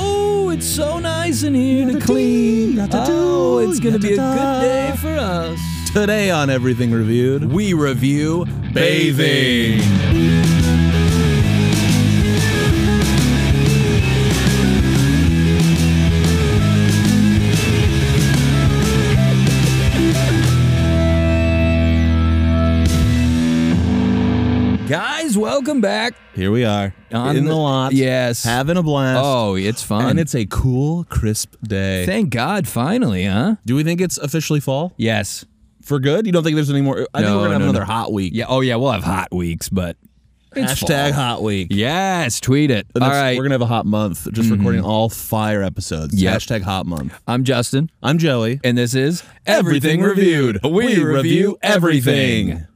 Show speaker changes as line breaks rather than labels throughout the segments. Ooh, it's so nice in here to clean. Oh, it's going to be a good day for us.
Today on Everything Reviewed,
We review bathing.
Guys, welcome back.
here we are in the, lot.
Yes.
having a blast.
Oh, it's fun.
and it's a cool, crisp day.
Thank God, finally, huh?
Do we think it's officially fall
Yes.
for good? You don't think there's any more? I think
No,
we're gonna have
no,
another
no.
hot week.
Yeah. Oh, yeah, we'll have hot weeks, but it's
Hashtag
fall.
hot week.
yes, tweet it.
The
All
next-
right.
We're gonna have a hot month. Just recording all fire episodes.
Yep.
Hashtag hot month.
I'm Justin,
I'm Joey.
and this is
Everything Reviewed.
We, review everything.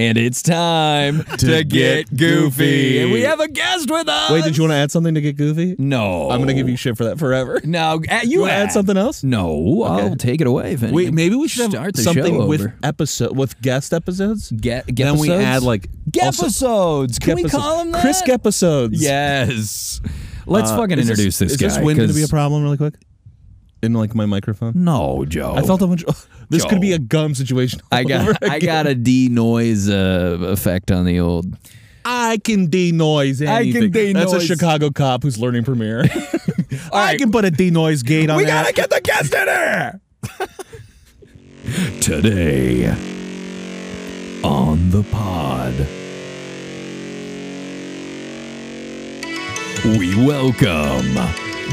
And it's time to get goofy. And we have a guest with us.
Wait, did you want to add something to get goofy?
No.
I'm gonna give you shit for that forever.
No, uh,
You
you
want to add something else?
No, I'll take it away. If
Wait,
anything.
maybe we should
Start
have
the
something
show
with
over.
episode with guest episodes.
get, get
then we add like also-
episodes. Can we
Gepisodes.
call him that?
Chris Gepisodes?
Yes. Let's fucking
Is
introduce this,
is
guy.
Is this wind going to
'cause-
be a problem really quick? In like my microphone?
No, Joe.
I felt that much. this
Joe.
could be a gum situation.
I
all over
got I
again.
got a denoise uh, effect on the old.
I can denoise anything.
I can
That's a
denoise.
Chicago cop who's learning Premiere. I
right.
can put a denoise gate on that.
get the guest in here today on the pod. We welcome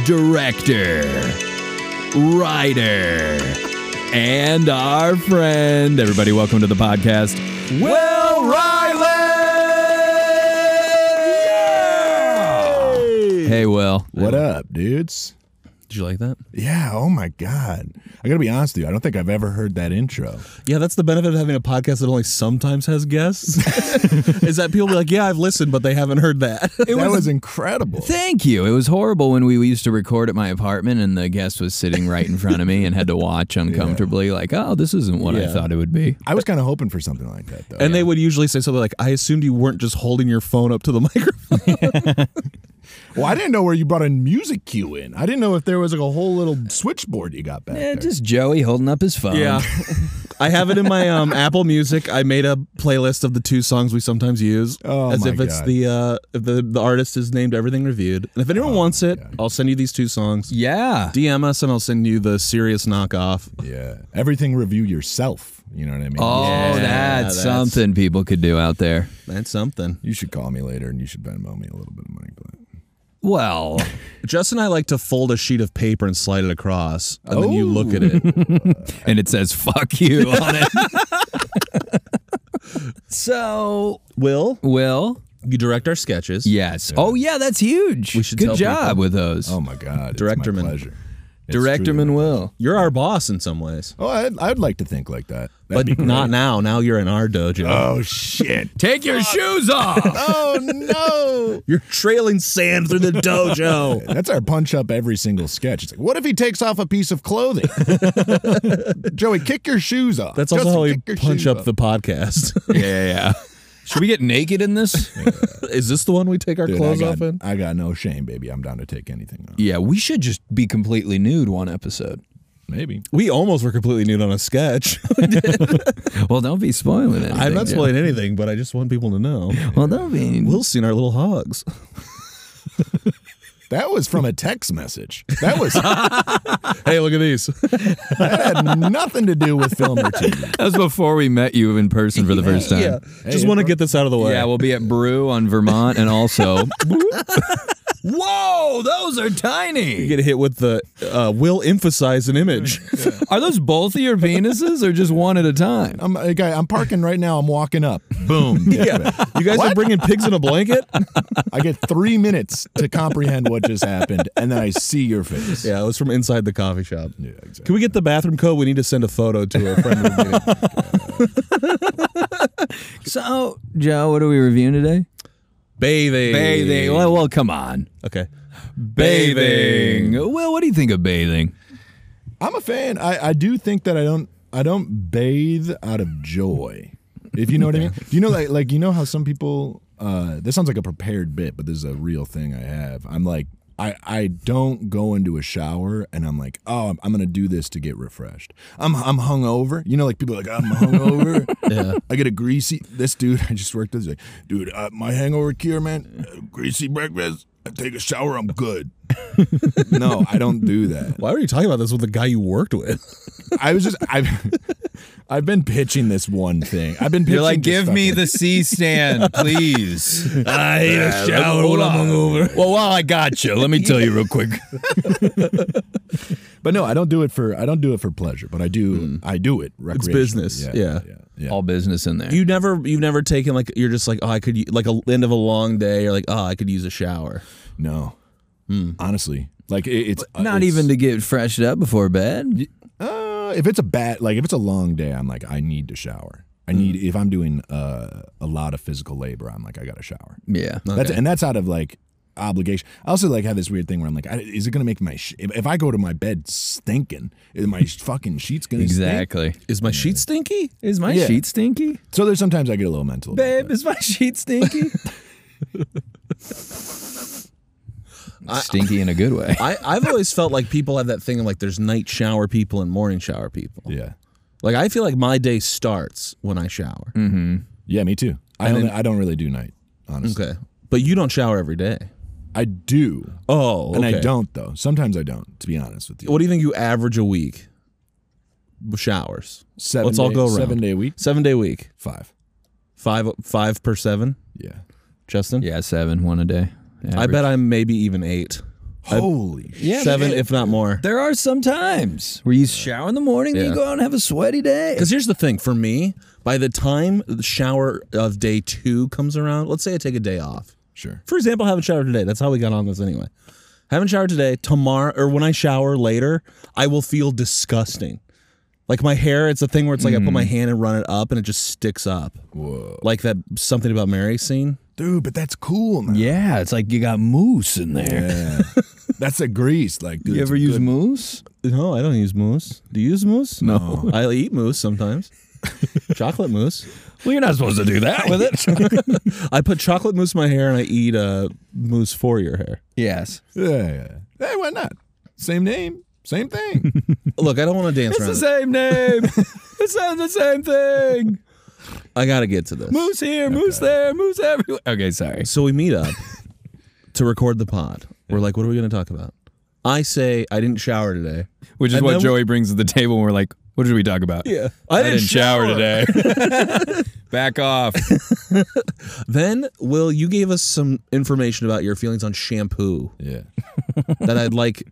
director, writer, and our friend. Everybody, welcome to the podcast. Will Riley. Hey, Will.
What up, dudes?
Did you like that?
Yeah, oh my God. I gotta be honest with you, I don't think I've ever heard that intro.
Yeah, that's the benefit of having a podcast that only sometimes has guests. is that people be like, yeah, I've listened, but they haven't heard that.
that was, incredible.
Thank you. It was horrible when we used to record at my apartment and the guest was sitting right in front of me and had to watch uncomfortably, like, oh, this isn't what I
Yeah.
thought it would be.
I was kind of hoping for something like that, though.
and they would usually say something like, I assumed you weren't just holding your phone up to the microphone.
well, I didn't know where you brought a music cue in. I didn't know if there was like a whole little switchboard you got back there.
just Joey holding up his phone.
Um, I have it in my um, Apple Music. I made a playlist of the two songs we sometimes use,
Oh
as
my
if it's
God.
the uh, if the the artist is named Everything Reviewed. And if anyone
Oh
wants it, I'll send you these two songs.
Yeah.
DM us and I'll send you the serious knockoff.
yeah. Everything review yourself. You know what I mean?
Oh,
Yeah,
that's,
that's-
something people could do out there.
That's something.
You should call me later and you should Venmo me a little bit of money. But
Well,
Justin and I like to fold a sheet of paper and slide it across, and then you look at
Oh.
it.
and it says "fuck you" on it. so,
Will
Will,
you direct our sketches?
yes. Oh, yeah, that's huge.
We should
Good
tell
job
people.
with those.
Oh my God. It's
Directorman.
my pleasure. It's truly
Directorman
my-
Will.
You're our boss in some ways,
Oh, I'd, I'd like to think like that.
but
That'd be great.
not now. Now you're in our dojo.
Oh, shit.
Take your shoes off.
oh, no.
You're trailing sand through the dojo.
That's our punch up every single sketch. It's like, what if he takes off a piece of clothing? Joey, kick your shoes off.
That's also
Justin,
how we
kick your
punch
shoes
up
off.
the podcast.
yeah, yeah, yeah. Should we get naked in this?
Is this the one we take our
Dude,
clothes
I got,
off in?
I got no shame, baby. I'm down to take anything off.
Yeah, we should just be completely nude one episode.
Maybe.
We almost were completely nude on a sketch.
Well, don't be spoiling it.
I'm not spoiling anything, but I just want people to know.
Well, don't be.
We'll see our little hogs.
That was from a text message. That was
Hey, look at these.
that had nothing to do with film or TV.
that was before we met you in person for the first time.
yeah.
Yeah.
just want to get this out of the way.
we'll be at Brew on Vermont, and also. Whoa, those are
you
tiny.
get hit with the uh, will emphasize an image.
Are those both of your penises, or just one at a time?
I'm uh, guy, I'm parking right now. I'm walking up. Boom.
yeah. You guys are bringing pigs in a blanket?
I get three minutes to comprehend what just happened, and then I see your face.
yeah, it was from inside the coffee shop.
Yeah, exactly.
Can we get the bathroom code? We need to send a photo to a friend. of the meeting.
So, Joe, what are we reviewing today?
Bathing.
Bathing. Well, well, come on.
Okay.
Bathing. Well, what do you think of bathing?
I'm a fan. I, I do think that I don't I don't bathe out of joy. If you know what I mean. Do you know like like you know how some people uh this sounds like a prepared bit, but this is a real thing I have. I'm like I, I don't go into a shower and I'm like, oh, I'm, I'm gonna do this to get refreshed. I'm I'm hungover. You know, like people are like, I'm hungover. yeah. I get a greasy. This dude I just worked with, he's like, dude, uh, my hangover cure, man, uh, greasy breakfast. I take a shower, I'm good. no, I don't do that.
Why were you talking about this with the guy you worked with?
I was just I've I've been pitching this one thing. I've been pitching
You're like,
just
give me
fucking-
the C stand, please.
I hate a shower when I'm hungover.
well, while I got you, let me tell you real quick.
But no, I don't do it for I don't do it for pleasure, but I do I do it recreationally.
business, yeah.
yeah, yeah.
All business in there.
You never, you've never taken like you're just like oh I could u- like a end of a long day. You're like oh I could use a shower.
No, honestly, like it, it's
Not
it's-
even to get freshed up before bed.
Uh, if it's a bad, like if it's a long day, I'm like I need to shower. I need if I'm doing uh, a lot of physical labor, I'm like I got to shower.
Yeah.
That's and that's out of like obligation. I also like have this weird thing where I'm like, I, is it gonna make my sh- if, if I go to my bed stinking, is my fucking sheets gonna stink?
Exactly.
Is my sheet stinky?
Is my
Yeah.
sheet stinky?
So there's sometimes I get a little mental. about
Babe, is my sheet stinky? stinky in a good way.
I I've always felt like people have that thing of like there's night shower people and morning shower people.
that. Yeah,
Like I feel like my day starts when I shower.
yeah, me too. I don't, I don't really do night, honestly.
Okay, but you don't shower every day.
I do,
Oh,
and I
okay.
don't though. Sometimes I don't, to be honest with you.
What do you think you average a week? Showers.
Seven
Let's all
day-
go around.
Seven day week,
Seven day week.
five.
Five five per seven.
Yeah.
Justin.
yeah, seven, one a day.
I bet I'm maybe even eight.
Holy shit.
seven, if not more.
There are some times where you shower in the morning, then
Yeah.
you go out and have a sweaty day.
Because here's the thing for me, by the time the shower of day two comes around, let's say I take a day off.
Sure.
For example, I haven't showered today. That's how we got on this anyway. Haven't showered today. Tomorrow, or when I shower later, I will feel disgusting. Like my hair, it's a thing where it's like I put my hand and run it up and it just sticks up.
Whoa.
Like that something about Mary scene.
Dude, but that's cool now.
Yeah, it's like you got moose in there.
Yeah. that's a grease. Like, dude,
You
it's
ever
a
use
good-
moose?
No, I don't use mousse. Do you use mousse?
No.
I eat mousse sometimes. chocolate mousse.
Well, you're not supposed to do that with it.
I put chocolate mousse in my hair and I eat uh, mousse for your hair.
yes.
Yeah, yeah. Hey, why not? Same name, same thing.
Look, I don't want to dance
It's
around.
the
it.
same name. it sounds the same thing.
I gotta get to this.
Moose here, moose there, moose everywhere. Okay, sorry.
So we meet up to record the pod. We're like, what are we gonna talk about? I say I didn't shower today.
Which is
And
what
then-
Joey brings to the table. And we're like, what did we talk about?
Yeah.
I, didn't, shower, today. Back off.
Then Will, you gave us some information about your feelings on shampoo
yeah.
that I'd like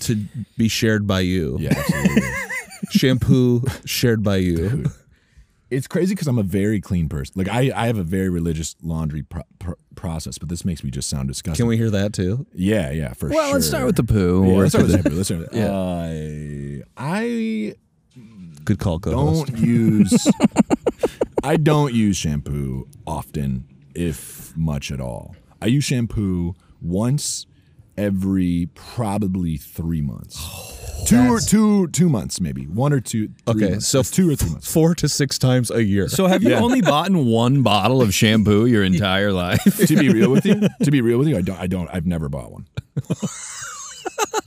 to be shared by you.
Yeah, absolutely.
Shampoo shared by you.
it's crazy because I'm a very clean person. Like, I, I have a very religious laundry pro- pro- process, but this makes me just sound disgusting.
Can we hear that too?
yeah, yeah, for sure.
Well, let's start with the poo.
Yeah,
or
let's
the-
start with the shampoo. Let's start with I, I
Good call, co
don't use I don't use shampoo often, if much at all. I use shampoo once every probably three months. Two or two two months maybe. One or two. three
Oh, Okay,
months.
so
It's two or three months.
Four to six times a year.
So have you only bought in one bottle of shampoo your entire life?
to be real with you, to be real with you, I don't I don't I've never bought one.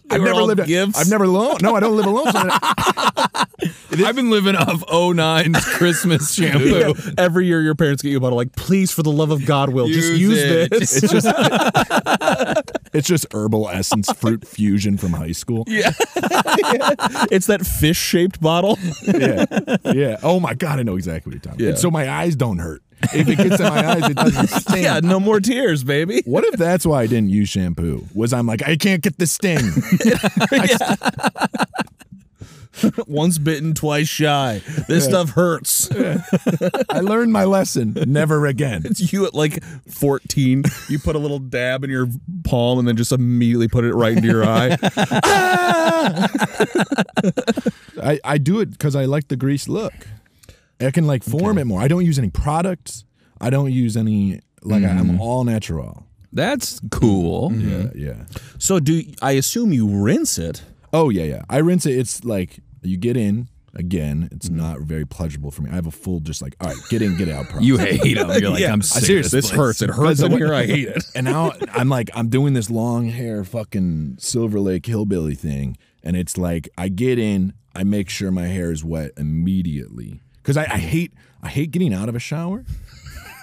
I've
were
never
all
lived
gifts?
I've never alone. No, I don't live alone. so I-
I've been living off 09's Christmas shampoo.
Yeah. Every year, your parents get you a bottle. Like, please, for the love of God, Will, just use
Use it.
this.
it's just it's just herbal essence fruit fusion from high school.
It's that fish-shaped bottle.
yeah. Yeah. Oh my God, I know exactly what you're talking about.
Yeah.
And so my eyes don't hurt. If it gets in my eyes, it doesn't sting.
yeah, no more tears, baby.
What if that's why I didn't use shampoo? Was I'm like, I can't get the sting. I st-
Once bitten, twice shy. This stuff hurts.
I learned my lesson. Never again.
It's you at like 14. You put a little dab in your palm and then just immediately put it right into your eye.
I, I do it because I like the grease look. I can like form it more. I don't use any products. I don't use any like I,
Mm-hmm.
am all natural.
That's cool.
Yeah, yeah.
So do I assume you rinse it?
Oh yeah, yeah. I rinse it. It's like you get in, Again, it's
Mm-hmm.
not very pleasurable for me. I have a full just like, all right, get in, get out process.
You hate them. You're like, I'm sick.
serious,
Seriously,
This hurts. It hurts in here. I hate it.
and now I'm like, I'm doing this long hair fucking Silver Lake hillbilly thing. And it's like, I get in, I make sure my hair is wet immediately. Cause I, I hate, I hate getting out of a shower.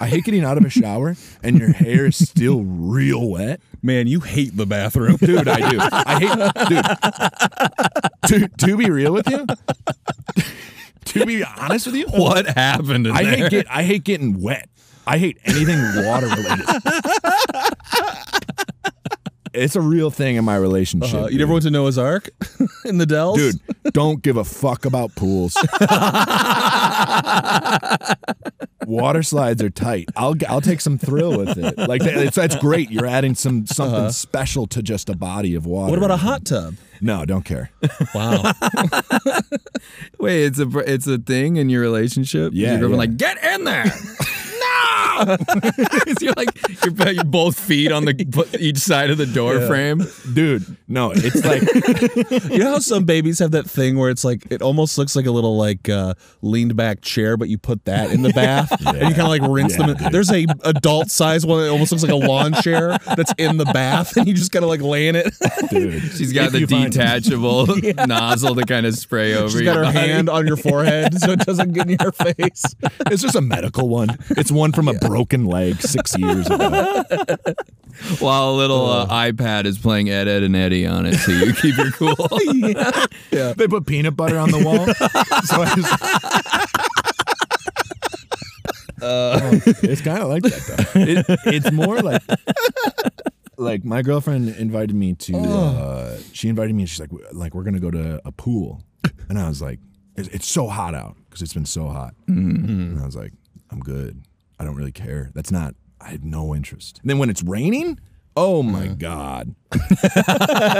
I hate getting out of a shower and your hair is still real wet.
Man, you hate the bathroom.
Dude, I do. I hate, dude. To, to be real with you, to be honest with you,
What happened in
I
there?
hate get I hate getting wet. I hate anything water related. it's a real thing in my relationship.
Uh, you never went to Noah's Ark in the Dells,
dude. dude, don't give a fuck about pools. water slides are tight. I'll g- I'll take some thrill with it. Like that, it's, that's great. You're adding some something special to just a body of water.
Uh-huh. What about a hot tub?
No, don't care.
Wow.
Wait, it's a it's a thing in your relationship.
Yeah,
your girlfriend
yeah.
like get in there. no, you're like you're, put your both feet on the bu- each side of the door frame.
Dude, no, it's like
you know how some babies have that thing where it's like it almost looks like a little like uh, leaned back chair, but you put that in the bath and you kind of like rinse them. In. There's a adult size one that almost looks like a lawn chair that's in the bath, and you just kind of like lay in it.
dude.
She's got
If
the
you find-
detachable nozzle to kind of spray over.
She's
your
got her
body.
hand on your forehead so it doesn't get in your face.
It's just a medical one. It's one from a broken leg six years ago.
while a little uh, iPad is playing Ed Ed and Eddie on it, so you keep your cool.
They put peanut butter on the wall. So I just, Uh, it's kind of like that though. It, it's more like like my girlfriend invited me to. Uh, she invited me. and She's like, "We- like we're gonna go to a pool, and I was like, it's, it's so hot out because it's been so hot, and I was like, I'm good. I don't really care. That's not. I have no interest. And then when it's raining. Oh my God.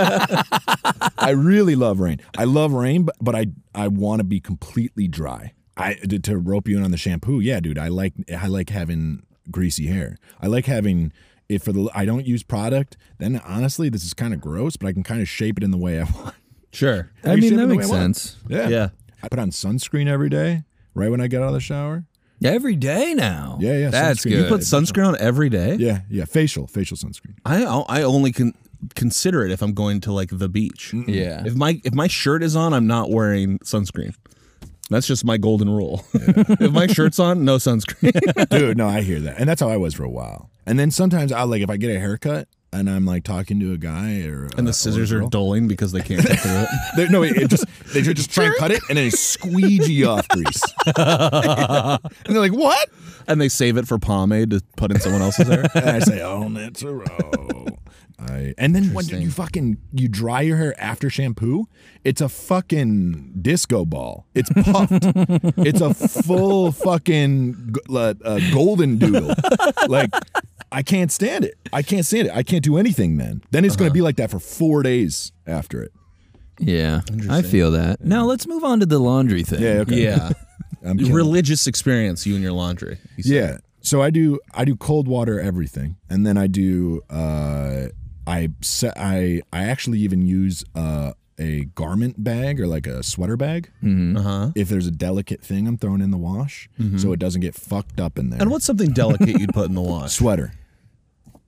I really love rain. I love rain, but, but I I want to be completely dry. I to, to rope you in on the shampoo. Yeah, dude. I like I like having greasy hair. I like having if for the I don't use product. Then honestly, this is kind of gross, but I can kind of shape it in the way I want.
Sure.
I
shape
mean,
it
that
the way
makes
I want.
sense.
Yeah.
Yeah.
I put on sunscreen every day, right when I get out of the shower.
Every day now.
Yeah, yeah.
That's
sunscreen.
good.
Put sunscreen on every day.
Yeah, yeah. Facial, facial sunscreen.
I I only can consider it if I'm going to like the beach.
yeah.
If my if my shirt is on, I'm not wearing sunscreen. That's just my golden rule. if my shirt's on, no sunscreen.
Dude, no, I hear that. And that's how I was for a while. And then sometimes I like if I get a haircut and I'm like talking to a guy or
and
uh, or a
the scissors are
girl.
dulling because they can't get through it.
They- no, it, it just they should just try and cut it and then it squeegee off grease. and they're like, "What?"
And they save it for pomade to put in someone else's hair.
And I say, "Oh, that's a row." I, and then when you fucking you dry your hair after shampoo, it's a fucking disco ball. It's puffed. it's a full fucking g- uh, uh, golden doodle. Like I can't stand it. I can't stand it. I can't do anything then. Then it's gonna be like that for four days after it.
Yeah, I feel that. Now let's move on to the laundry thing.
Yeah. Okay.
Yeah.
I'm kidding.
Religious experience, you and your laundry. You said.
Yeah. So I do I do cold water everything, and then I do uh, I set I I actually even use uh, a garment bag or like a sweater bag
Uh-huh.
if there's a delicate thing I'm throwing in the wash, so it doesn't get fucked up in there.
Mm-hmm. And what's something delicate you'd put in the wash?
sweater?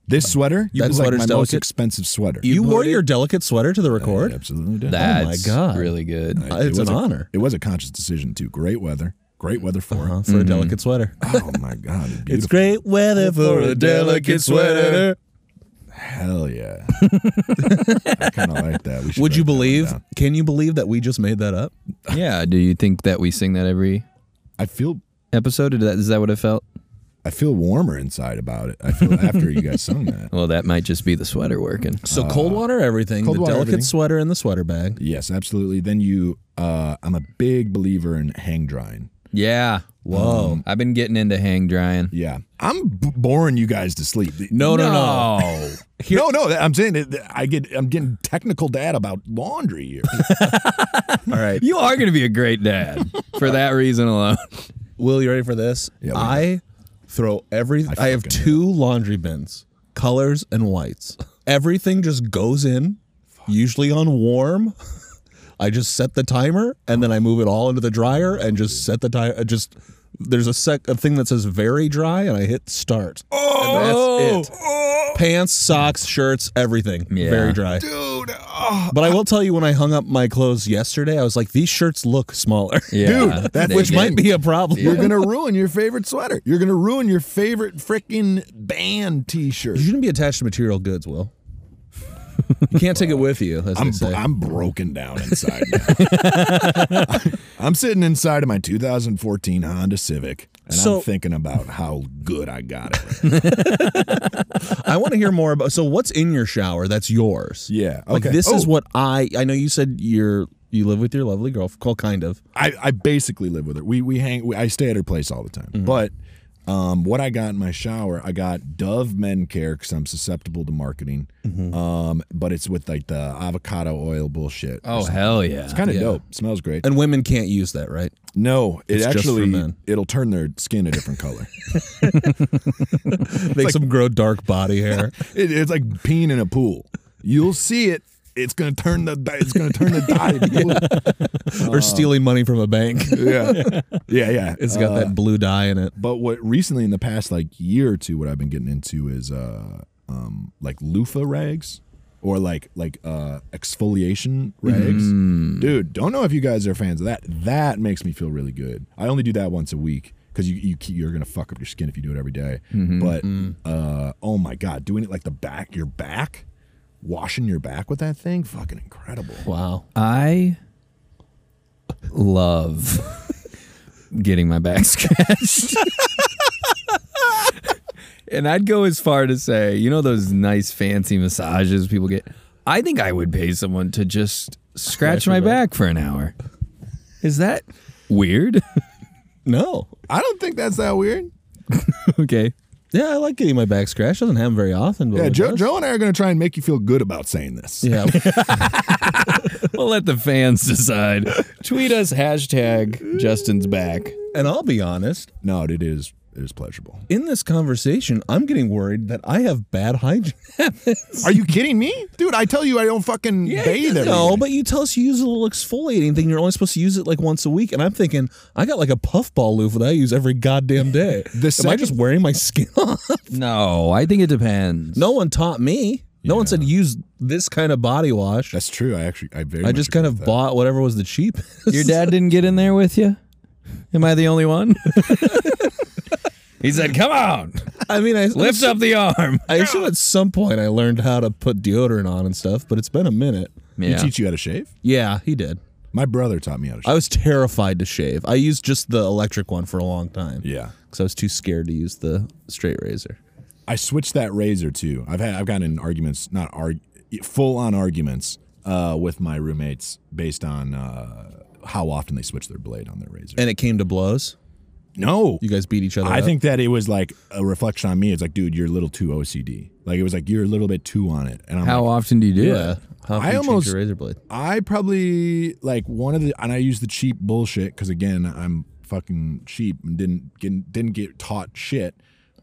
This sweater
That
was like
sweater's
my most
delicate?
expensive sweater.
You, wore
put it-
your delicate sweater to the
I
record? Oh
absolutely did. Oh
That's
God.
really good.
It
it's
was
an
a-
honor
It was a conscious decision too. Great weather. Great weather for
uh,
it.
for a delicate sweater.
Oh my god! Beautiful.
Uh-huh. It's great weather for a delicate sweater.
Hell yeah. I kind of like that. We should
Would you
write that one
believe?
down.
Can you believe that we just made that up?
yeah. Do you think that we sing that every
I feel
episode? Is that, is that what it felt?
I feel warmer inside about it. I feel after you guys sung that.
Well, that might just be the sweater working.
So cold water everything,
cold
the
water
delicate
everything.
sweater and the sweater bag.
Yes, absolutely. Then you uh I'm a big believer in hang drying.
Yeah. Mm.
Whoa.
I've been getting into hang drying.
Yeah. I'm b- boring you guys to sleep.
No, no, no.
Oh.
no, no. that- I'm saying that that I get I'm getting technical data about laundry here.
All right.
you are going to be a great dad for that reason alone.
Will, you ready for this?
Yeah, we-
I throw every. I, have
fucking
two laundry bins, colors and whites. Everything just goes in, usually on warm. I just set the timer and then I move it all into the dryer and just set the timer. Just there's a sec a thing that says very dry and I hit start. Oh, that's it. Pants, socks, shirts, everything.
Yeah.
Very dry.
Dude, oh,
But I will tell you, when I hung up my clothes yesterday, I was like, these shirts look smaller,
Yeah.
Dude, that's-
which
They
might
did.
be a problem.
you're gonna ruin your favorite sweater. You're gonna ruin your favorite freaking band T-shirt.
You shouldn't be attached to material goods, Will. You can't take it with you, as they
I'm
say.
I'm broken down inside now. I'm sitting inside of my 2014 Honda Civic, and
So-
I'm thinking about how good I got it.
I want to hear more about. So, what's in your shower? That's yours.
Yeah,
Like
okay.
this is
Oh.
what I. I know you said you're you live with your lovely girl. Well, kind of.
I, I basically live with her. We we hang. We, I stay at her place all the time.
Mm-hmm.
But um, what I got in my shower, I got Dove Men Care because I'm susceptible to marketing.
Mm-hmm.
Um, but it's with like the avocado oil bullshit.
Oh hell yeah.
it's kind of dope. Smells great.
And women can't use that, right?
No, it
It's just for
actually
men.
it'll turn their skin a different color.
Makes them grow dark body hair.
It, it's like peeing in a pool. You'll see it. It's gonna turn the di- it's gonna turn the dye blue.
or stealing money from a bank.
Yeah, yeah, yeah.
It's got
Uh,
that blue dye in it.
But what recently in the past like year or two, what I've been getting into is uh um like loofah rags or like like uh exfoliation rags.
Mm.
Dude, don't know if you guys are fans of that. That makes me feel really good. I only do that once a week because you, you keep- you're gonna fuck up your skin if you do it every day.
Mm-hmm.
But
Mm.
uh oh my god, doing it like the back your back. Washing your back with that thing, fucking incredible.
Wow.
I love getting my back scratched. and I'd go as far to say, you know those nice fancy massages people get? I think I would pay someone to just scratch my back for an hour. Is that weird?
No.
I don't think that's that weird.
okay.
Yeah, I like getting my back scratched. Doesn't happen very often. But
Yeah,
when it
Joe,
does-
Joe and I are gonna try and make you feel good about saying this.
Yeah.
We'll let the fans decide.
Tweet us hashtag Justin's back.
and I'll be honest.
No, it is it is pleasurable.
In this conversation, I'm getting worried that I have bad hygiene.
Are you kidding me? Dude, I tell you I don't fucking bathe every
no,
day.
but you tell us you use a little exfoliating thing. You're only supposed to use it like once a week, and I'm thinking I got like a puffball loofah that I use every goddamn day.
The
Am I just
second-
wearing my skin off?
No, I think it depends.
No one taught me. No one said use this kind of body wash.
That's true. I actually I very
I
much
just kind
agree
of
with that.
bought whatever was the cheapest.
Your dad didn't get in there with you? Am I the only one? he said, Come on,
I mean, I
lift up the arm.
I assume at some point I learned how to put deodorant on and stuff, but it's been a minute.
He
Yeah.
teach you how to shave?
Yeah, he did.
My brother taught me how to shave.
I was terrified to shave. I used just the electric one for a long time.
yeah.
Because I was too scared to use the straight razor.
I switched that razor too. I've had I've gotten in arguments, not arg full on arguments uh, with my roommates based on uh, how often they switch their blade on their razor.
And it came to blows.
no.
You guys beat each other.
I
up.
think that it was like a reflection on me. It's like, dude, you're a little too OCD. Like it was like you're a little bit too on it. And I'm
How
like,
often do you do
Yeah.
it?
How
I
I you almost
almost-
your razor blade.
I probably like one of the, and I use the cheap bullshit because again, I'm fucking cheap and didn't get, didn't get taught shit.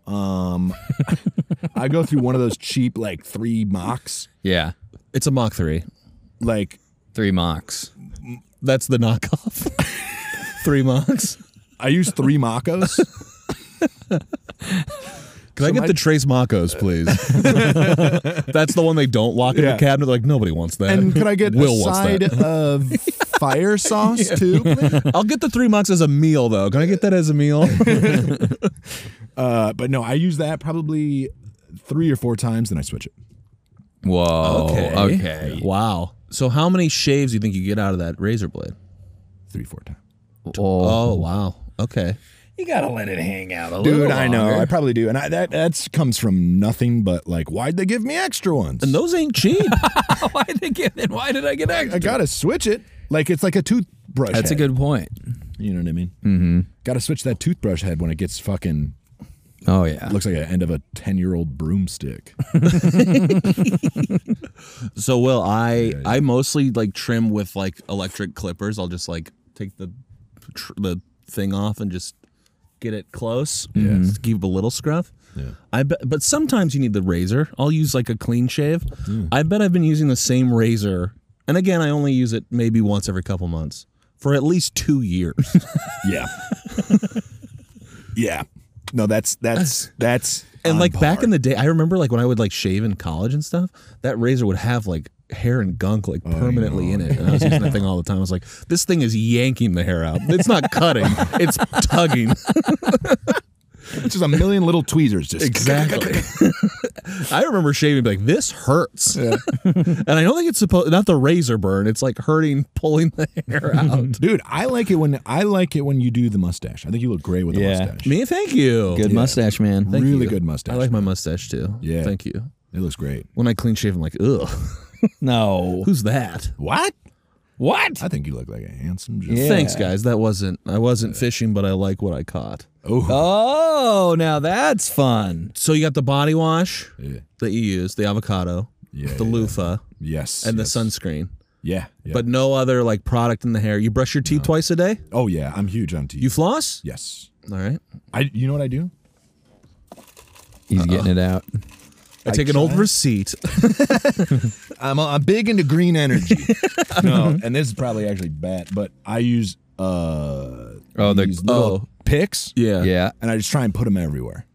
Um, I go through one of those cheap like three mocks,
Yeah.
It's a Mach three.
like
Three mocks.
That's the knockoff. three Machs.
I use three mockos.
Can I get
my-
the Trace Machos, please? That's the one they don't lock in
Yeah.
the cabinet. Like nobody wants that.
And could I get
Will
a
wants
side
that.
of fire sauce too? please?
I'll get the three Machs as a meal though. Can I get that as a meal?
Uh, but no, I use that probably three or four times, then I switch it.
Whoa. Okay.
Oh, Wow. So how many shaves do you think you get out of that razor blade?
Three, four times.
Oh.
Oh wow. Okay.
You got to let it hang out a
Dude, I know. I probably do. And I, that that's comes from nothing but like, why'd they give me extra ones?
And those ain't cheap.
why, did I get, then why did I get
I
extra?
gotta switch it. Like it's like a toothbrush.
That's a
head.
good point.
You know what I mean? Mm-hmm. Gotta switch that toothbrush head when it gets fucking
Oh, yeah.
looks like the end of a ten year old broomstick.
so Will, I I mostly like trim with like electric clippers. I'll just like take the tr- the thing off and just get it close. Yeah. Just keep a little scruff. Yeah. I bet, but Mm. sometimes you need the razor. I'll use like a clean shave. I bet I've been using the same razor And again, I only use it maybe once every couple months for at least two years.
Yeah. yeah. No, that's that's that's
and
on
like back
par.
in the day, I remember like when I would like shave in college and stuff, that razor would have like hair and gunk like permanently in it. And I was using that thing all the time. I was like, this thing is yanking the hair out. It's not cutting, it's tugging.
it's just a million little tweezers just
Exactly. I remember shaving like this hurts, and I don't think it's supposed not the razor burn. It's like hurting pulling the hair out.
Dude, I like it when I like it when you do the mustache. I think you look great with a
Yeah.
mustache.
Me, thank you.
Good mustache, man.
Thank
really
you.
good mustache.
I like my mustache too.
Yeah.
thank you.
it looks great.
When I clean shave, I'm like, ugh,
No.
who's that?
What?
What?
I think you look like a handsome just
Yeah.
Thanks, guys. That wasn't I wasn't fishing, but I like what I caught.
Oh,
Oh, now that's fun.
So you got the body wash
Yeah.
that you use, the avocado,
Yeah,
the
yeah.
loofah,
yes.
and
yes.
the sunscreen,
Yeah, yeah.
but no other like product in the hair. You brush your teeth twice a day.
oh yeah, I'm huge on teeth.
You floss.
yes.
All right.
I you know what I do?
He's getting it out.
I, take an old receipt.
I'm I'm big into green energy. no, and this is probably actually bad, but I use uh
Oh, the-
these little
oh.
picks.
yeah.
Yeah.
and I just try and put them everywhere.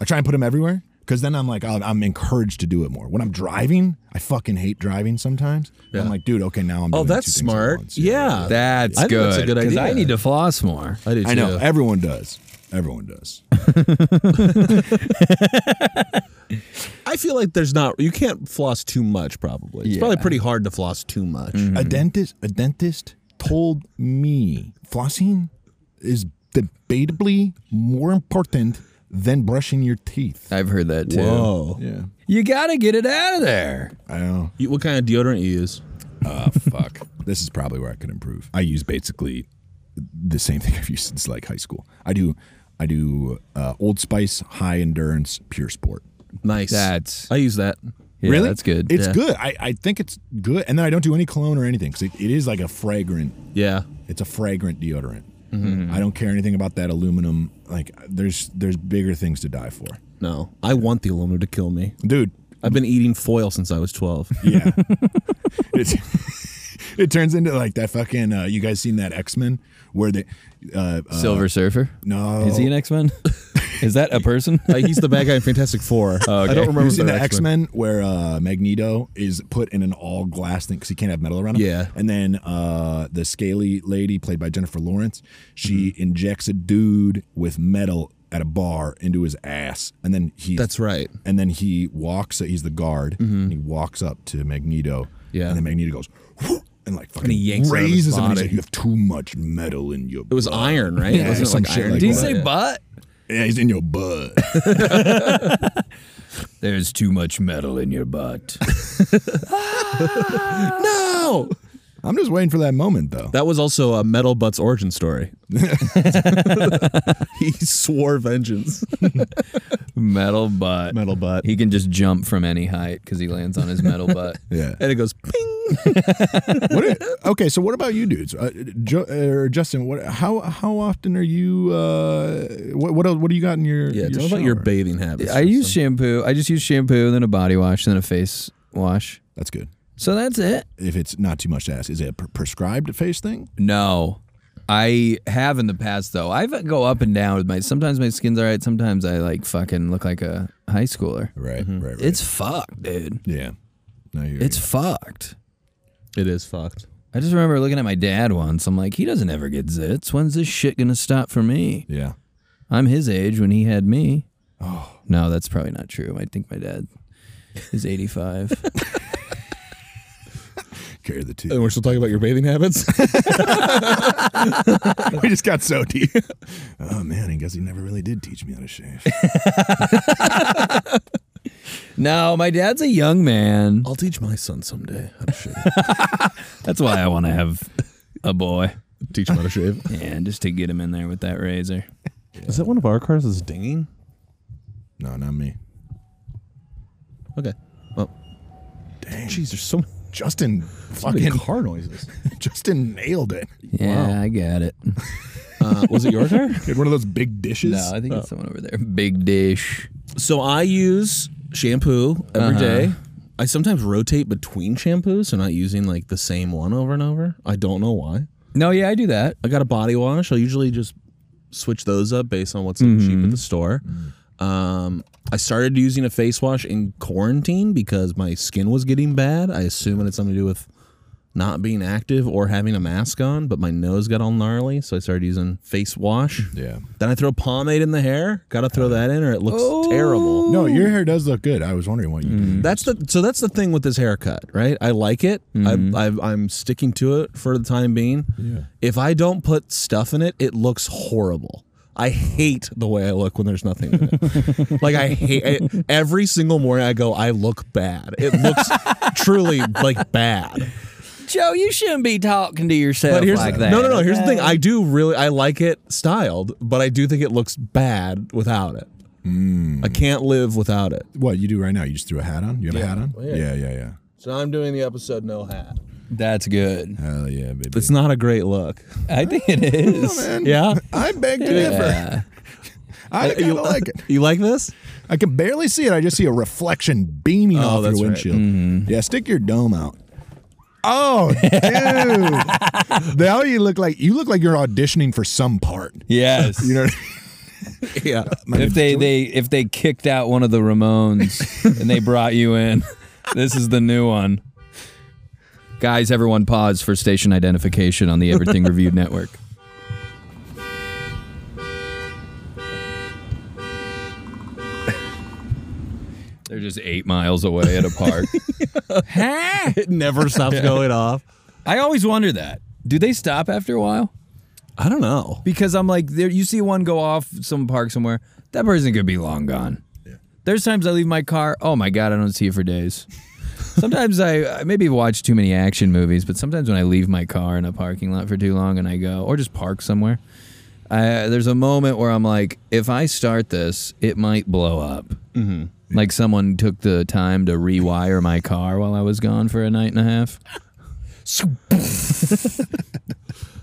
I try and put them everywhere because then I'm like, oh, I'm encouraged to do it more. When I'm driving, I fucking hate driving sometimes. I'm like, dude, okay, now I'm.
Oh,
doing
that's
two things at
smart.
once.
Yeah.
That's
I think
good.
that's a good
'cause I
idea.
need to floss more.
I do too.
I know everyone does. Everyone does.
I feel like there's not you can't floss too much probably. It's probably pretty hard to floss too much.
A
Mm.
dentist, a dentist told me flossing is debatably more important than brushing your teeth.
I've heard that too.
Whoa.
Yeah,
You got to get it out of there.
I
Oh.
know.
You, what kind of deodorant you use?
Fuck. This is probably where I could improve. I use basically the same thing I've used since like high school. I do, I do uh, Old Spice High Endurance Pure Sport.
Nice.
That's
I use that.
yeah,
really,
That's good.
It's
Yeah.
good. I, I think it's good, and then I don't do any cologne or anything because it, it is like a fragrant.
Yeah.
It's a fragrant deodorant. I don't care anything about that aluminum. Like there's there's bigger things to die for,
No. I want the aluminum to kill me.
dude.
I've been eating foil since I was 12.
Yeah. it's, it turns into like that fucking. Uh, you guys seen that X Men where they? Uh, uh,
Silver Surfer.
no.
Is he an X Men? Is that a person?
Like he's the bad guy in Fantastic Four. I don't remember
Have you seen
the
the X Men where uh, Magneto is put in an all glass thing because he can't have metal around him?
Yeah.
And then uh, the scaly lady, played by Jennifer Lawrence, she injects a dude with metal at a bar into his ass, and then he
That's right.
and then he walks. He's the guard, and he walks up to Magneto.
Mm-hmm. Yeah.
And then Magneto goes. "Whew," And like fucking
he yanks it out of his
raises him. and He's
body.
like, "You have too much metal in your."
It was iron, right?
Yeah,
Wasn't it
some
like
shit
iron?
like
Did he
that.
say bu-
but?
yeah, he's in your butt.
There's too much metal in your butt.
no?
I'm just waiting for that moment though.
That was also a Metal Butts origin story. he swore vengeance.
metal butt.
Metal butt.
He can just jump from any height because he lands on his metal butt.
yeah.
And it goes ping.
What are- okay, so what about you dudes? Uh, jo- or Justin, what how how often are you uh what what else, what do you got in your
Yeah,
your
tell me about your
shower?
bathing habits.
I use shampoo. I just use shampoo, then a body wash, then a face wash.
That's good.
So that's it.
If it's not too much to ask, is it a pre- prescribed face thing?
No. I have in the past though. I have go up and down with my sometimes my skin's alright, sometimes I like fucking look like a high schooler.
Mm-hmm.
Right, right, right.
It's fucked, dude.
yeah. No, you're
It's fucked.
It is fucked.
I just remember looking at my dad once. I'm like, he doesn't ever get zits. When's this shit gonna stop for me?
yeah.
I'm his age when he had me. Oh. No, that's probably not true. I think my dad is 85.
Carry the two.
And we're still talking about your bathing habits?
we just got so deep. oh man, I guess he never really did teach me how to shave.
no, my dad's a young man.
I'll teach my son someday how to shave.
That's why I want to have a boy.
teach him how to shave.
Yeah, just to get him in there with that razor.
Is that one of our cars that's dinging?
no, not me.
Okay. Well,
Dang.
jeez, there's so many,
Justin
so many
fucking
car noises.
Justin nailed it.
Yeah, I got it.
Uh, was it your car?
He had one of those big dishes.
No, I think it's someone over there. Big dish.
So I use shampoo every day, I sometimes rotate between shampoos, so not using like the same one over and over. I don't know why.
No, yeah, I do that.
I got a body wash. I'll usually just switch those up based on what's like cheap at the store. Um, I started using a face wash in quarantine because my skin was getting bad. I assume it had something to do with not being active or having a mask on, but my nose got all gnarly, so I started using face wash.
Yeah.
Then I throw pomade in the hair. Got to throw that in, or it looks terrible.
No, your hair does look good. I was wondering what you.
That's the so that's the thing with this haircut, right? I like it. I, I I'm sticking to it for the time being. Mm-hmm. Yeah. If I don't put stuff in it, it looks horrible. I hate the way I look when there's nothing in it. like I hate it. every single morning. I go, I look bad. It looks truly like bad.
Joe, you shouldn't be talking to yourself
But here's
like
the,
that.
no, no, no. Here's the thing.
okay?
I do really I like it styled, but I do think it looks bad without it. I can't live without it.
What you do right now? You just threw a hat on. You have a hat on.
yeah.
yeah, yeah, yeah.
So I'm doing the episode no hat.
That's good.
Hell yeah, baby.
It's not a great look.
I think it is.
Yeah.
I beg to differ.
Yeah.
I kind of like it.
You like this?
I can barely see it. I just see a reflection beaming off
Oh, that's
your
right. Mm-hmm.
windshield. Yeah, stick your dome out. Oh, dude! now you look like you look like you're auditioning for some part.
Yes.
You know, what
Yeah.
I mean?
if they, they if they kicked out one of the Ramones and they brought you in, this is the new one. Guys, everyone pause for station identification on the Everything Reviewed Network. They're just eight miles away at a park. Huh?
It never stops going off.
I always wonder that. Do they stop after a while?
I don't know.
because I'm like, there, you see one go off some park somewhere, that person could be long gone. There's times I leave my car, oh my god, I don't see it for days. sometimes I I maybe watch too many action movies, but sometimes when I leave my car in a parking lot for too long and I go, or just park somewhere, I, there's a moment where I'm like, if I start this, it might blow up. Mm-hmm. Like someone took the time to rewire my car while I was gone for a night and a half.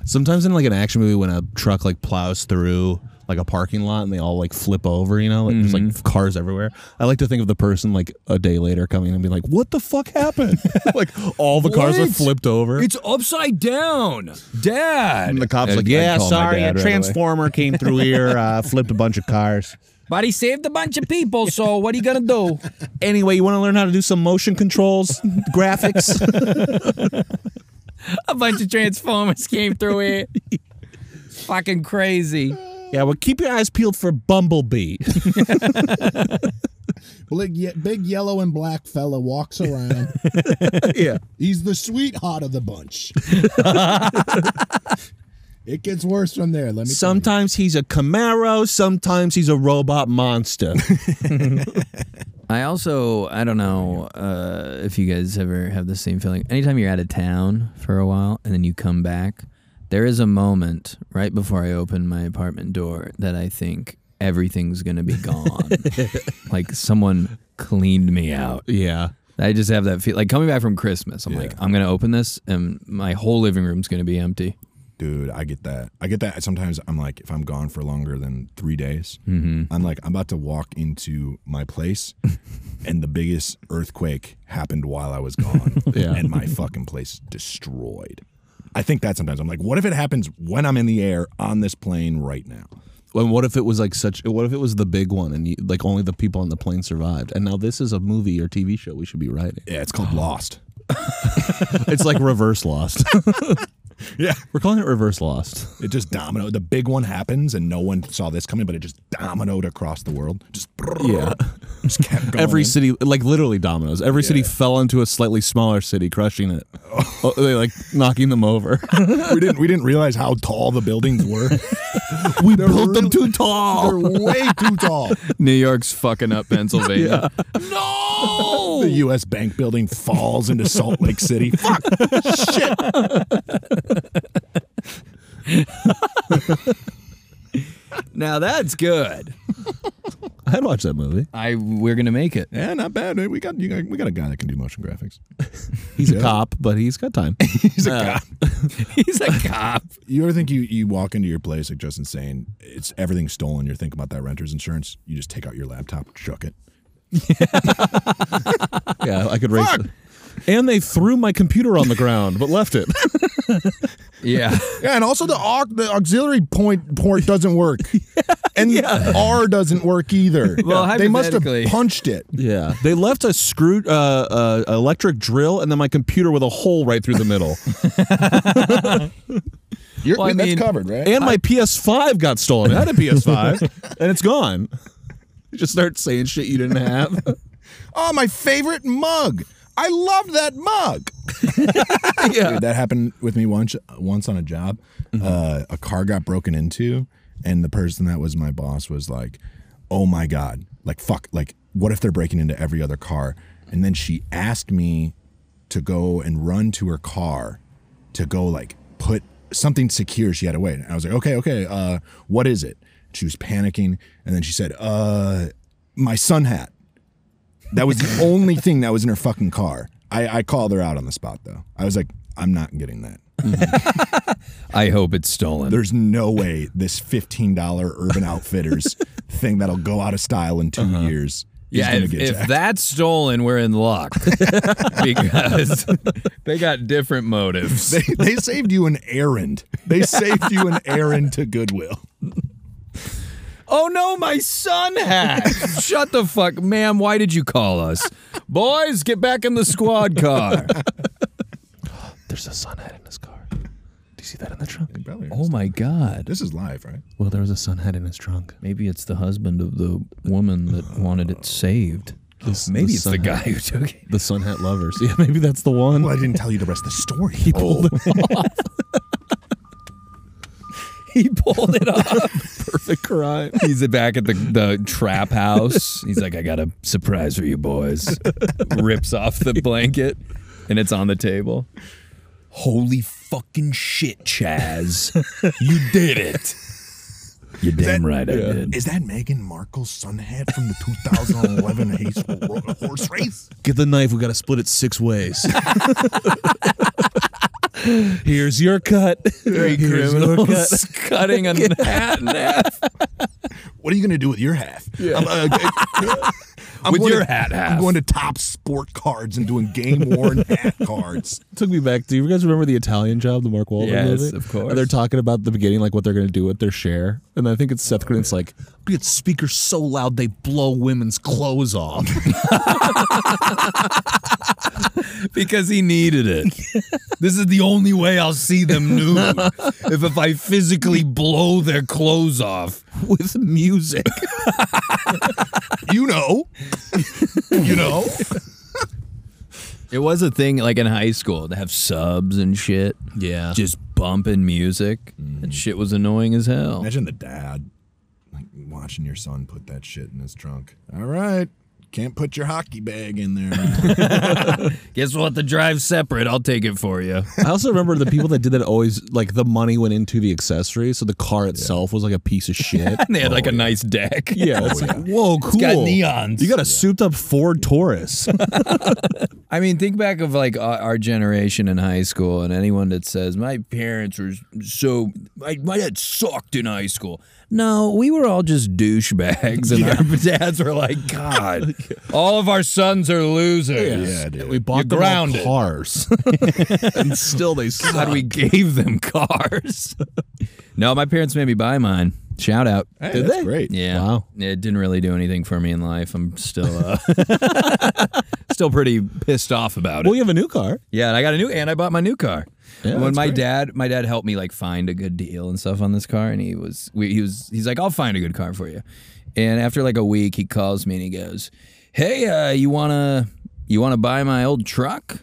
Sometimes in like an action movie, when a truck like plows through like a parking lot and they all like flip over, you know, like there's like cars everywhere. I like to think of the person like a day later coming and be like, "What the fuck happened? like all the cars are
What?
flipped over."
upside
Oh,
down, Dad.
and the cops
I'd-
like,
I'd
"Yeah,
call my
sorry,
dad
a
right away.
transformer came through here, uh, flipped a bunch of cars."
But he saved a bunch of people, so what are you gonna do?
Anyway, you want to learn how to do some motion controls, graphics?
A bunch of Transformers came through it. Fucking crazy.
yeah, well, keep your eyes peeled for Bumblebee.
Big, ye- big yellow and black fella walks around.
yeah.
He's the sweetheart of the bunch. it gets worse from there. Let me. tell you.
Sometimes he's a Camaro, sometimes he's a robot monster.
I also I don't know uh, if you guys ever have the same feeling. Anytime you're out of town for a while and then you come back, there is a moment right before I open my apartment door that I think everything's gonna be gone. like someone cleaned me out.
yeah.
I just have that feel like coming back from Christmas. I'm like, I'm gonna open this and my whole living room's gonna be empty.
Dude, I get that. I get that. Sometimes I'm like, if I'm gone for longer than three days,
Mm-hmm.
I'm like, I'm about to walk into my place, and the biggest earthquake happened while I was gone,
Yeah.
and my fucking place destroyed. I think that sometimes I'm like, what if it happens when I'm in the air on this plane right now?
And what if it was like such? What if it was the big one, and you, like only the people on the plane survived? And now this is a movie or TV show we should be writing.
Yeah, it's called Lost.
It's like Reverse Lost.
Yeah,
We're calling it Reverse Lost.
it just dominoed. The big one happens, and no one saw this coming, but it just dominoed across the world. Just
Yeah.
just kept going.
Every
in.
city, like literally dominoes. Every city fell into a slightly smaller city, crushing it. Oh, they like knocking them over.
we didn't we didn't realize how tall the buildings were.
we built them too
They're
tall.
way too tall.
New York's fucking up Pennsylvania.
The U.S. Bank building falls into Salt Lake City. Fuck. Shit.
Now that's good.
I'd watch that movie.
I we're gonna make it.
Yeah, not bad. We got you got we got a guy that can do motion graphics.
He's a cop, but he's got time.
He's a
Uh,
cop.
He's a cop.
You ever think you you walk into your place like Justin's saying, it's everything's stolen. You're thinking about that renter's insurance. You just take out your laptop, chuck it,
Yeah, I could race. And they threw my computer on the ground, but left it.
Yeah.
Yeah, and also the aux- the auxiliary point port doesn't work, and R doesn't work either.
Well,
they must have
hypothetically-
punched it.
yeah, they left a screw, uh, uh, electric drill, and then my computer with a hole right through the middle.
You're,
Well, I
that's
mean-
covered, right?
and my PS5 got stolen. I had a PS5, and it's gone. You just start saying shit you didn't have.
oh, my favorite mug. I love that mug.
yeah.
Dude, that happened with me once once on a job. Uh, a car got broken into, and the person that was my boss was like, "Oh my god, like fuck, like what if they're breaking into every other car?" And then she asked me to go and run to her car to go like put something secure she had away. And I was like, "Okay, okay, uh, what is it?" She was panicking, and then she said, "Uh, my sun hat." That was the only thing that was in her fucking car. I, I called her out on the spot though. I was like, I'm not getting that.
I hope it's stolen.
There's no way this fifteen dollar Urban Outfitters thing that'll go out of style in 2 years is
Uh-huh. yeah,
gonna
if,
get
if
jacked.
that's stolen, we're in luck because they got different motives.
they, they saved you an errand. They saved you an errand to Goodwill.
Oh no, my son hat. Shut the fuck, ma'am. Why did you call us? Boys, get back in the squad car.
There's a sun hat in his car. Do you see that in the trunk?
oh my god.
This is live, right?
Well, there was a sun hat in his trunk.
Maybe it's the husband of the woman that wanted it saved.
This-
Maybe
the
it's the
sun
guy
hat-
who took it.
The sun hat lovers. Yeah, maybe that's the one.
Well, I didn't tell you the rest of the story.
He pulled it off.
Perfect crime.
He's back at the, the trap house. He's like, I got a surprise for you boys. Rips off the blanket and it's on the table. Holy fucking shit, Chaz. you did it. You're damn right I did.
Is that Meghan Markle's sun hat from the 2011 Hayes ro- horse race?
Get the knife. We got to split it six ways. Here's your cut. Three Here's your cut.
Just cutting a hat in half
What are you going to do with your half? I'm, uh, I'm
with
going
your
to-
hat half.
I'm going to top sport cards and doing game worn hat cards.
Took me back. Do you guys remember the Italian Job, the Mark Wahlberg
Yes,
movie?
of course.
And they're talking about at the beginning, like what they're going to do with their share. And I think it's Seth Green's like, we get speakers so loud they blow women's clothes off.
because he needed it. this is the only way I'll see them nude. if if I physically blow their clothes off with music.
You know. you know.
It was a thing like in high school to have subs and shit.
yeah.
Just bumping music. That shit was annoying as hell.
Imagine the dad like watching your son put that shit in his trunk. All right. Can't put your hockey bag in there.
Guess what? The drive's separate. I'll take it for you.
I also remember the people that did that always, like, the money went into the accessories. So the car itself was like a piece of shit.
And they had like a nice deck.
Oh, Yeah, it's like, whoa, cool.
got neons.
You got a souped up Ford Taurus.
I mean, think back of like our our generation in high school, and anyone that says my parents were so my my dad sucked in high school. No, we were all just douchebags, and our dads were like, God, all of our sons are losers.
dude.
We
You
bought them all
grounded.
cars. and still they
God, we gave them cars. no, my parents made me buy mine. Shout out.
Hey,
Did
that's
they?
great.
Yeah.
Wow.
It didn't really do anything for me in life. I'm still uh, still pretty pissed off about it.
Well, you have a new car.
Yeah, and I got a new and I bought my new car.
Yeah,
when
that's
my
great.
dad my dad helped me like find a good deal and stuff on this car and he was we, he was he's like I'll find a good car for you. And after like a week he calls me and he goes, "Hey, uh you want to you want to buy my old truck?"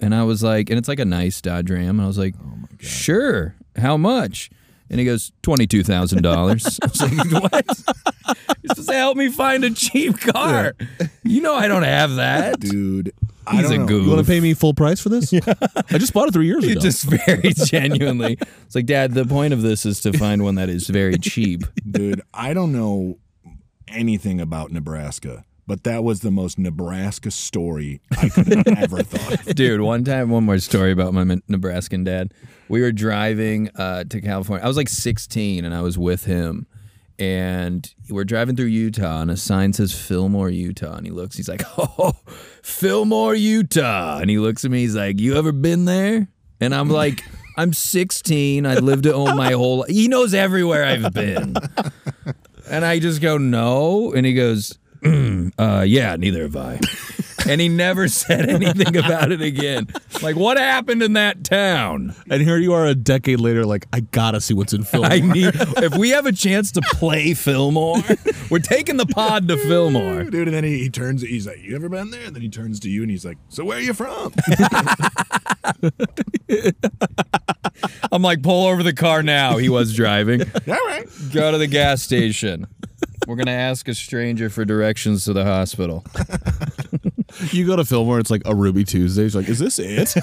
And I was like, and it's like a nice Dodge Ram and I was like,
Oh
"Sure. How much?" And he goes, $22,000. I was like, "What?" You're supposed to help me find a cheap car. You know I don't have that.
Dude. I
He's
don't
a
know.
goof.
You want to pay me full price for this? I just bought it three years
It
ago.
just very genuinely. It's like, Dad, the point of this is to find one that is very cheap.
Dude, I don't know anything about Nebraska, but that was the most Nebraska story I could have ever thought of.
Dude, one time, one more story about my Min- Nebraskan dad. We were driving uh, to California. I was like 16 and I was with him. and we're driving through Utah, and a sign says Fillmore, Utah. And he looks, he's like, Oh, Fillmore, Utah. And he looks at me, he's like, You ever been there? And I'm like, I'm 16. I've lived at home my whole life. He knows everywhere I've been. And I just go, No. And he goes, "Mm, uh, Yeah, neither have I. And he never said anything about it again. Like, what happened in that town?
And here you are a decade later, like, I gotta see what's in film.
I need if we have a chance to play Fillmore, we're taking the pod to Fillmore.
Dude, and then he, he turns. He's like, "You ever been there?" And then he turns to you and he's like, "So where are you from?"
I'm like, pull over the car now. He was driving.
All right.
Go to the gas station. We're gonna ask a stranger for directions to the hospital.
you go to Fillmore, it's like a Ruby Tuesday. It's like, is this it?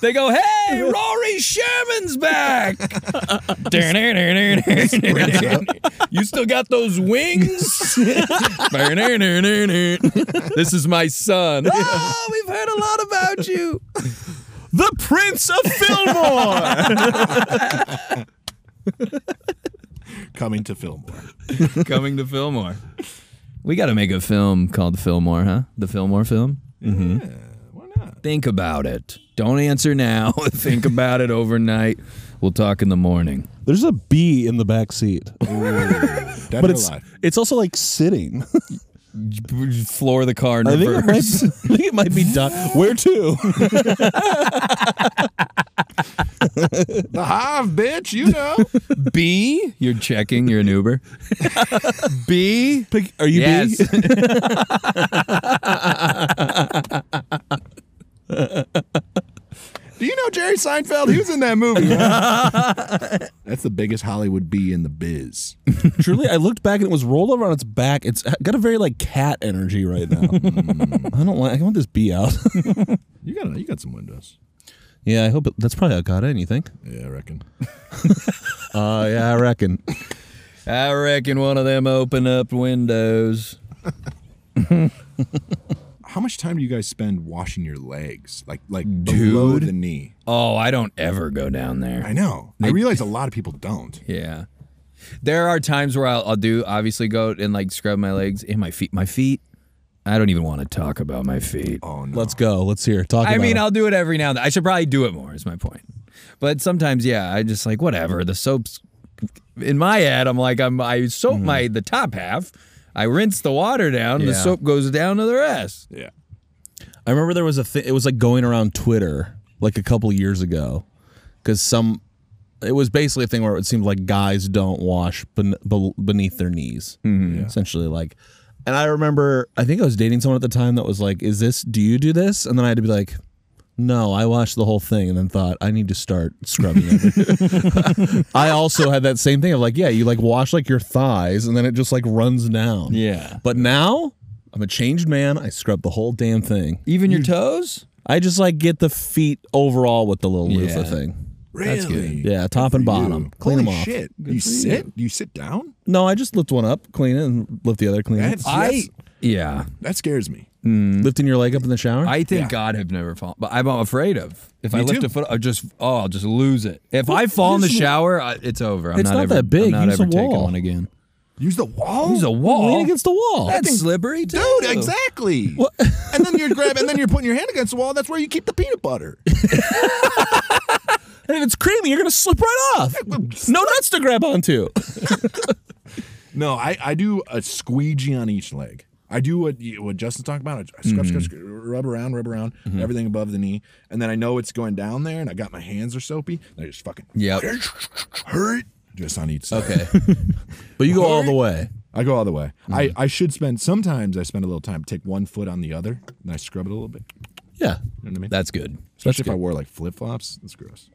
They go, hey, Rory Sherman's back. you still got those wings? this is my son. Oh, we've heard a lot about you.
the Prince of Fillmore!
Coming to Fillmore.
coming to Fillmore. We got to make a film called Fillmore, huh? The Fillmore film? Mm-hmm.
Why not?
Think about it. Don't answer now. Think about it overnight. We'll talk in the morning.
There's a bee in the back seat,
Dead
but
or
it's
alive.
it's also like sitting.
Floor the car in
I think, it might, I
reverse.
think it might be done. Where to?
The hive, bitch. You know.
B, you're checking. You're an Uber. B,
Pick- Are you
yes.
bee?
Do you know Jerry Seinfeld? He was in that movie. huh? That's the biggest Hollywood bee in the biz.
Truly, I looked back and it was rolled over on its back. It's got a very like cat energy right now. I don't want. I want this bee out.
You got you got some windows.
yeah, I hope it, that's probably how it got in. You think?
Yeah, I reckon.
Uh, yeah, I reckon.
I reckon one of them open up windows.
How much time do you guys spend washing your legs? Like like below the knee.
Oh, I don't ever go down there.
I know. I realize a lot of people don't.
Yeah. There are times where I'll, I'll do obviously go and like scrub my legs and my feet. My feet. I don't even want to talk about my feet.
Oh no.
Let's go. Let's hear. Talk.
I
about
mean,
it.
I'll do it every now and then. I should probably do it more. Is my point. But sometimes, yeah, I just like whatever. The soaps in my head. I'm like, I'm I soap my the top half. I rinse the water down. The
Yeah.
soap goes down to the rest.
Yeah.
I remember there was a thing. It was like going around Twitter like a couple years ago, because some. It was basically a thing where it seemed like guys don't wash ben, be- beneath their knees, essentially. Like, and I remember I think I was dating someone at the time that was like, "Is this? Do you do this?" And then I had to be like. No, I watched the whole thing and then thought I need to start scrubbing it. I also had that same thing of like, yeah, you like wash like your thighs and then it just like runs down.
Yeah.
But now I'm a changed man. I scrub the whole damn thing.
Even your toes.
I just like get the feet overall with the little loofah
Yeah.
thing.
Really?
Yeah, top and bottom.
You.
Clean
Holy
them off.
Shit. you sit? You. sit down?
No, I just lift one up, clean it, and lift the other, clean
That's,
it.
I,
Yeah.
that scares me.
Lifting your leg up in the shower?
Mm-hmm. I think
Yeah.
God have never fallen, but I'm afraid of. If I lift
too.
a foot, I just oh, I'll just lose it. If I fall in the shower, I, it's over. I'm
It's not
ever,
that big.
I'm not
Use
ever
a
taking
wall.
one again.
Use the wall.
Use a wall.
Lean against the wall.
That's slippery, too.
Dude, exactly. and then you're grab, and then you're putting your hand against the wall. That's where you keep the peanut butter.
and if it's creamy, you're gonna slip right off. no nuts to grab onto.
No, I, I do a squeegee on each leg. I do what you- what Justin's talking about. I scrub, scrub,
Mm-hmm.
scrub, rub around, rub around, everything above the knee, and then I know it's going down there, and I got my hands are soapy. And I just fucking
Yep.
hurt just on each side.
Okay.
But you go all the way.
I go all the way. I,
Mm-hmm.
I should spend sometimes I spend a little time take one foot on the other and I scrub it a little bit.
Yeah.
You know what I mean?
That's good.
Especially if I wore like flip flops. That's gross.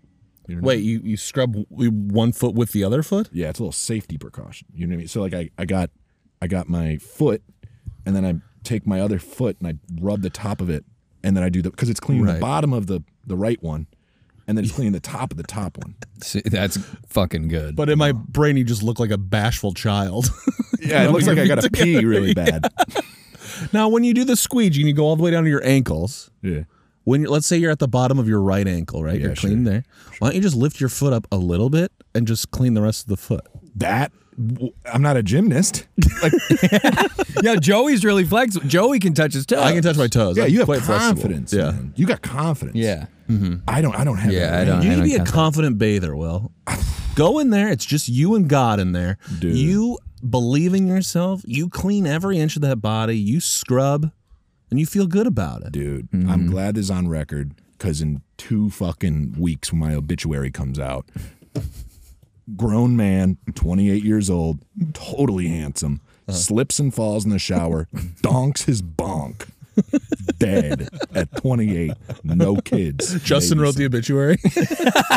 You know what I mean?
Wait, you, you scrub w- one foot with the other foot?
Yeah, it's a little safety precaution. You know what I mean? So like I, I got I got my foot and then I take my other foot and I rub the top of it and then I do the because it's cleaning the
Right.
bottom of the the right one and then it's cleaning the top of the top one.
See, that's fucking good.
But in my brain, you just look like a bashful child.
Yeah, it looks like I got to pee really bad.
now, when you do the squeegee and you go all the way down to your ankles,
Yeah.
when you're, let's say you're at the bottom of your right ankle, right? you're clean there. Why don't you just lift your foot up a little bit and just clean the rest of the foot?
That w- I'm not a gymnast. Like,
yeah, Joey's really flexible. Joey can touch his toe.
I can touch my toes.
yeah,
I'm
you have
quite flexible.
confidence.
Yeah.
man. you got confidence.
Yeah.
I don't. I don't have.
Yeah,
that,
I
man.
don't-
You need to be a
count that.
confident bather, Will. Go in there. It's just you and God in there.
Dude.
You believe in yourself. You clean every inch of that body. You scrub, and you feel good about it.
dude. I'm glad this is on record because in two fucking weeks when my obituary comes out, grown man, 28 years old, totally handsome, slips and falls in the shower, donks his bonk. Dead at 28, no kids. Maybe some-
obituary.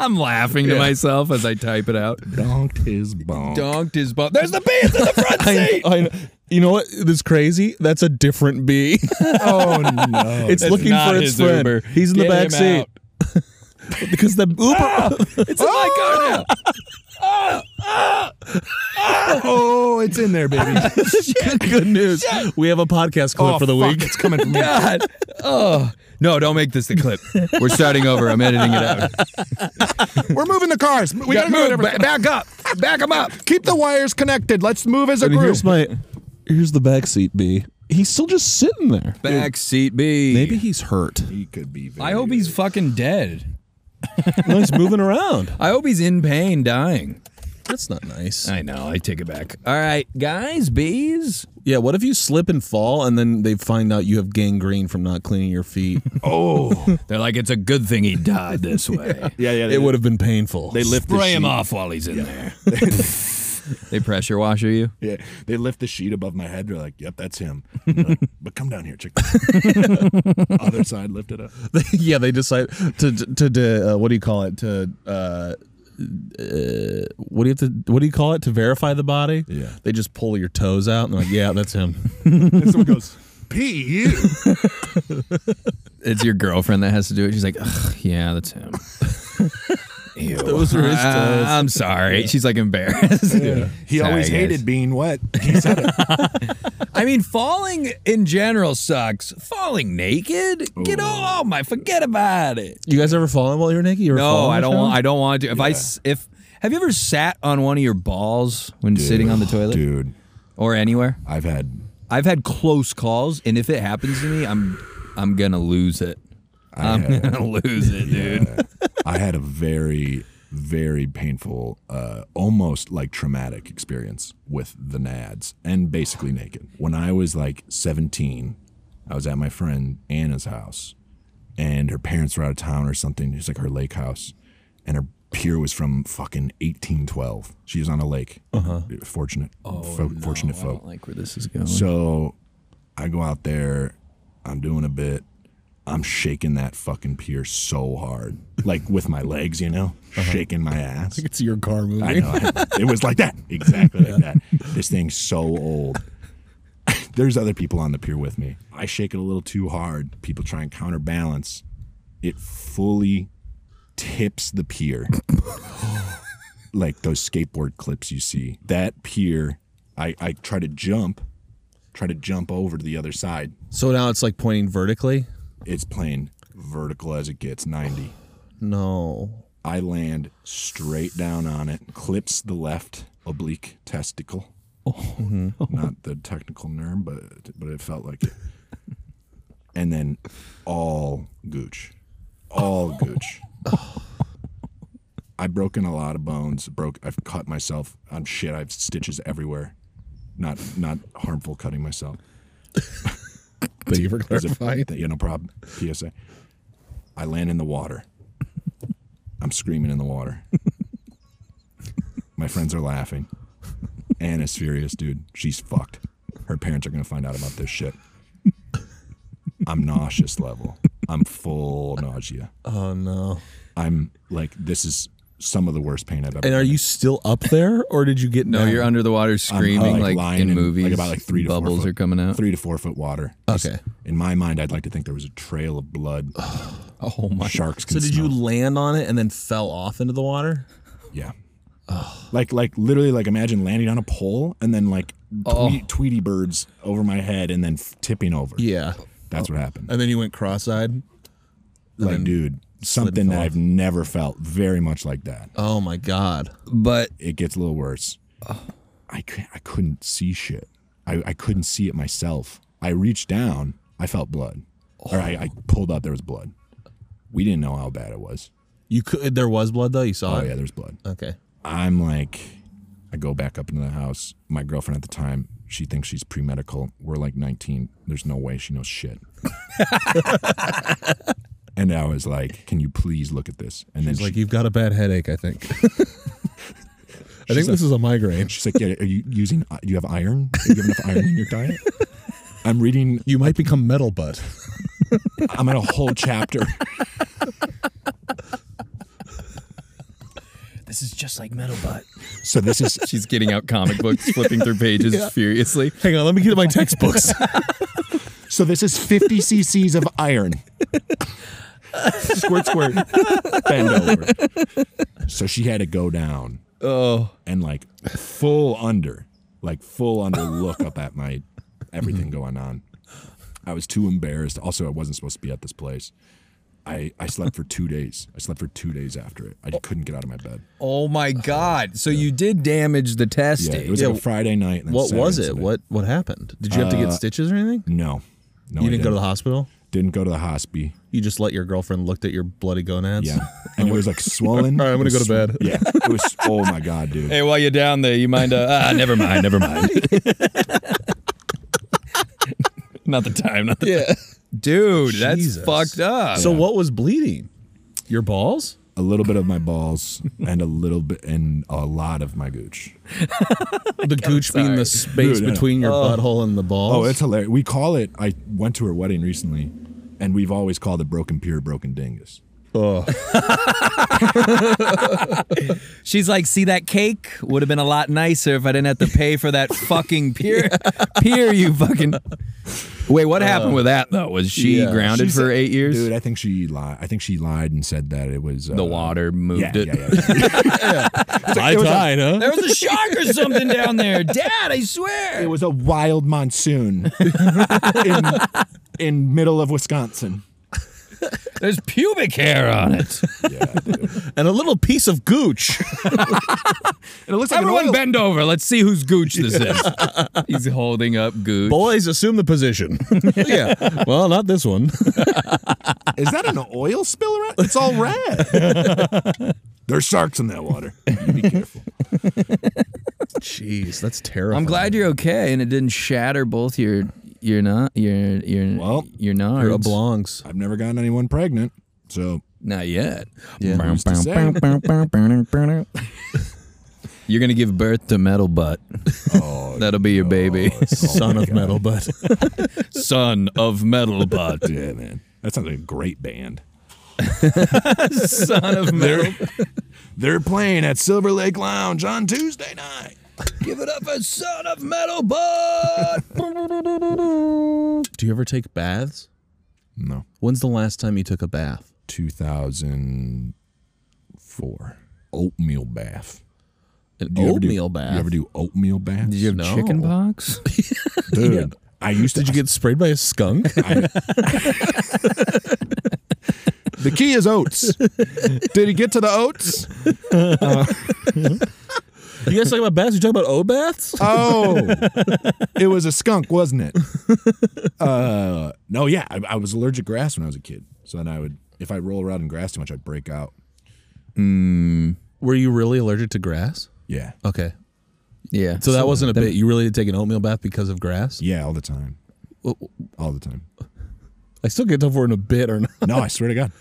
I'm laughing to myself as I type it out.
donked his bonk.
Donked his butt. There's the pants in the front
I,
seat.
know- I know. You know what? That's crazy. That's a different bee.
Oh no!
it's looking
not
for its
his
friend.
Uber.
He's in the
Get
back
him
seat.
out.
because the
Ah,
Uber.
Ah!
It's in my car now.
oh, it's in there, baby.
good news. We have a podcast clip
Oh,
for the
fuck,
week.
It's coming from me.
God. Oh. No, don't make this the clip. We're starting over. I'm editing it out.
We're moving the cars. We gotta move. everything.
back up. Back him up.
Keep the wires connected. Let's move as a
I mean,
group.
here's my. Here's the back seat bee. He's still just sitting there.
Back seat B.
Maybe he's hurt.
he could be. Very
I hope he's fucking dead.
No, he's moving around.
I hope he's in pain dying.
That's not nice.
I know. I take it back. All right, guys, bees.
Yeah, what if you slip and fall and then they find out you have gangrene from not cleaning your feet?
Oh,
They're like, it's a good thing he died this way.
yeah, yeah.
it would have been painful.
They lift the
Spray
sheet.
him off while he's in there.
They pressure washer you.
Yeah, they lift the sheet above my head. They're like, "Yep, that's him." And they're like, but come down here, check. this." Other side, lift it up.
yeah, they decide to to, to uh, what do you call it? To uh, uh, what do you have to what do you call it? To verify the body?
Yeah.
They just pull your toes out and they're like, yeah, that's him.
And someone goes, "P you."
It's your girlfriend that has to do it. She's like, Ugh, yeah, that's him. Ew.
Those were his
Uh,
toes.
I'm sorry. She's like embarrassed.
He
Sorry,
always
guys.
hated being wet. He said it.
I mean, falling in general sucks. Falling naked, get all my forget about it.
You guys ever fallen while you were naked? You ever
No,
fallen
I
or
don't
something?
want. I don't want to. If I s I if have you ever sat on one of your balls when sitting on the toilet
dude.
or anywhere?
I've had.
I've had close calls, and if it happens to me, I'm I'm gonna lose it.
I had,
I'm gonna lose it, dude.
I had a very, very painful, uh, almost like traumatic experience with the nads and basically naked. When I was like 17, I was at my friend Anna's house, and her parents were out of town or something. It's like her lake house, and her pier was from fucking 1812. She was on a lake. Uh-huh. Fortunate, fo- fortunate folk.
like where this is going.
So I go out there, I'm doing a bit, I'm shaking that fucking pier so hard, like with my legs, you know, shaking my ass.
It's your car movie.
I know. it was like that, exactly like that. This thing's so old. There's other people on the pier with me. I shake it a little too hard. People try and counterbalance. It fully tips the pier, like those skateboard clips you see. That pier, I, I try to jump, try to jump over to the other side.
So now it's like pointing vertically.
It's playing vertical as it gets, 90.
No.
I land straight down on it, clips the left oblique testicle. Not the technical nerve, but but it felt like it. And then all gooch, all gooch. I've broken a lot of bones. Broke. I've cut myself. I'm shit. I've stitches everywhere. Not not harmful cutting myself.
Thank you for
Is it- yeah, no problem. PSA. I land in the water. I'm screaming in the water. My friends are laughing. Anna's furious, dude. She's fucked. Her parents are gonna find out about this shit. I'm nauseous level. I'm full nausea.
Oh no.
I'm like, this is some of the worst pain I've ever.
And are
been in.
you still up there, or did you get?
no,
down?
you're under the water screaming
I'm,
like,
lying
in movies.
Like about like three to
bubbles
four foot,
are coming out.
Three to four foot water. Just-
Okay.
In my mind, I'd like to think there was a trail of blood.
Oh my!
Sharks. Can
So did you
smell.
land on it and then fell off into the water?
Yeah. Like like literally like imagine landing on a pole and then like
Oh.
Tweety, Tweety birds over my head and then f- tipping over.
Yeah.
That's what happened.
And then you went cross-eyed.
like dude, something that
fell
I've never felt very much like that.
Oh my god.
But
It gets a little worse. I can't, I couldn't see shit. I, I couldn't see it myself. I reached down. I felt blood. Or I, I pulled out. There was blood. We didn't know how bad it was.
You could. There was blood though. You saw
Oh
it.
yeah, there's blood.
Okay.
I'm like, I go back up into the house. My girlfriend at the time, she thinks she's pre medical. We're like 19. There's no way she knows shit. and I was like, can you please look at this? And
He's
then
like,
she,
you've got a bad headache. I think. I think this is a migraine.
she's like, yeah, are you using, uh, do you have iron? Do you have enough iron in your diet? I'm reading,
You might become metal butt.
I'm at a whole chapter.
This is just like Metal Butt.
So this is,
She's getting out comic books, flipping through pages furiously.
Hang on, let me get my textbooks.
so this is 50 cc's of iron.
squirt, squirt.
bend over. So she had to go down. Oh. And like full under, like full under look up at my everything going on. I was too embarrassed. Also, I wasn't supposed to be at this place. I, I slept for two days. I slept for two days after it. I just couldn't get out of my bed.
Oh my god! So you did damage the testes.
Yeah, it was like a Friday night. And then
What
Saturday
was
and
it?
Sunday.
What what happened? Did you have to
Uh,
get stitches or anything?
No, no.
you
I
didn't go to the hospital.
Didn't go to the hospital.
You just let your girlfriend looked at your bloody gonads.
Yeah, and it was like swollen.
All right, I'm
It
gonna
was
go to bed.
sw- Yeah, it was. Oh my god, dude.
Hey, while you're down there, you mind? Uh, ah, never mind, never mind. not the time, not the
Yeah.
dude.
Jesus.
That's fucked up.
So what was bleeding? Your balls?
a little bit of my balls and a little bit and a lot of my gooch.
The gooch being the space
Dude, I know.
between your butthole and the
Oh,
balls.
it's hilarious. We call it. I went to her wedding recently, and we've always called it broken pier, broken dingus.
uh,
She's like, see that cake would have been a lot nicer if I didn't have to pay for that fucking pier. Pier, you fucking. Wait, what happened with that though? Was she
yeah.
grounded for eight years?
Dude, I think she lied. I think she lied and said that it was uh,
the water moved
Yeah,
it.
yeah, yeah. yeah.
high tide, huh?
There was a shark or something down there. Dad, I swear.
it was a wild monsoon in, in middle of Wisconsin.
There's pubic hair on it.
And a little piece of gooch.
And it looks like
Everyone
an oil-
bend over. Let's see whose gooch this is. He's holding up gooch.
Boys assume the position. yeah. Well, not this one.
is that an oil spill around? It's all red. There's sharks in that water. You be careful.
Jeez, that's terrible.
I'm glad you're okay and it didn't shatter both your your not your your
Well,
your nards.
You're oblongs.
I've never gotten anyone pregnant, so
Not yet.
who's to say?
You're gonna give birth to metal butt.
Oh,
That'll be your baby.
Son of metal butt.
Son of metal butt.
yeah, man. That sounds like a great band.
Son of metal.
They're playing at Silver Lake Lounge on Tuesday night.
give it up for son of metal butt.
Do you ever take baths?
No.
When's the last time you took a bath?
2004. Oatmeal bath.
An
you ever do-
oatmeal bath.
You ever do oatmeal baths?
Did you have
No.
chicken pox?
Dude, I used to.
Did you get sprayed by a skunk?
the key is oats. Did he get to the oats?
you guys talking about baths? You talking about O baths?
Oh, it was a skunk, wasn't it? Uh, no, yeah, I, I was allergic to grass when I was a kid. So then I would, if I roll around in grass too much, I'd break out.
Were you really allergic to grass?
Yeah,
Okay.
Yeah.
So that wasn't a bit. You really did take an oatmeal bath because of grass?
yeah, all the time, all the time.
I still get tough we're in a bit or not.
No, I swear to God.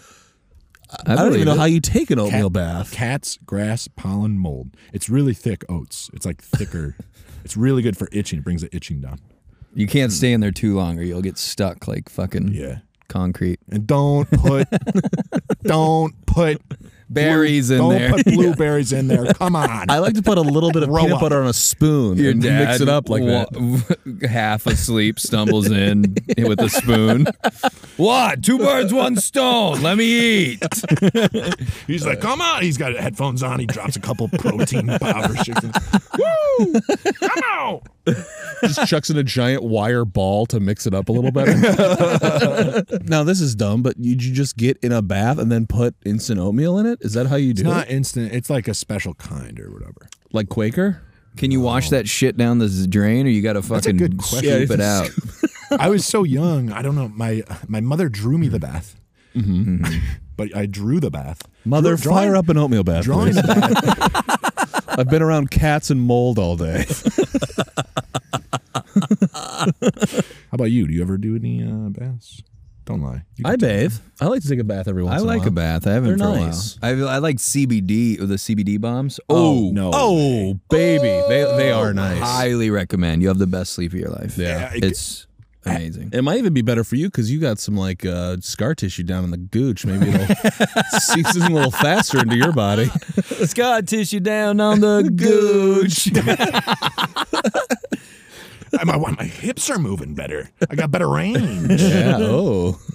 I, don't even know how you take an
Cat-
oatmeal bath.
Cats, grass, pollen, mold. It's really thick oats. It's like thicker. it's really good for itching. It brings the itching down.
You can't stay in there too long or you'll get stuck like fucking
Yeah.
concrete.
And don't put, don't put
Berries in
don't
there.
put blueberries in there. Come on.
I like to put a little bit of
Grow
peanut
up.
butter on a spoon
Your
and
dad
mix it up like that.
that. Half asleep, stumbles in with a spoon. What? Two birds, one stone. Let me eat.
He's like, come on. He's got headphones on. He drops a couple protein powder. shakes it. Woo! Come on.
just chucks in a giant wire ball to mix it up a little better. now this is dumb, but you, you just get in a bath and then put instant oatmeal in it? Is that how you do
It's not
it?
instant. It's like a special kind or whatever.
Like Quaker?
Can you wash that shit down the z- drain, or you got to
a
fucking
good
scoop
question.
Yeah,
it out?
I was so young. I don't know. My my mother drew
Mm-hmm.
me the bath, but I drew the bath.
Mother,
Draw- drawing-
fire up an oatmeal bath.
Drawing
please.
the bath.
I've been around cats and mold all day.
How about you? Do you ever do any uh, baths? Don't lie. You can
I bathe. I like to take a bath every once
I
in a while.
like a bath. I haven't
They're
for
nice.
a while. I, I like CBD or the CBD bombs. Oh,
no.
Oh, baby. They, they are nice.
Highly recommend. You have the best sleep of your life.
Yeah.
I-
it's amazing.
It might even be better for you because you got some like uh, scar tissue down in the gooch. Maybe it'll season a little faster into your body.
Scar tissue down on the gooch.
my, my hips are moving better. I got better range.
Yeah. Oh.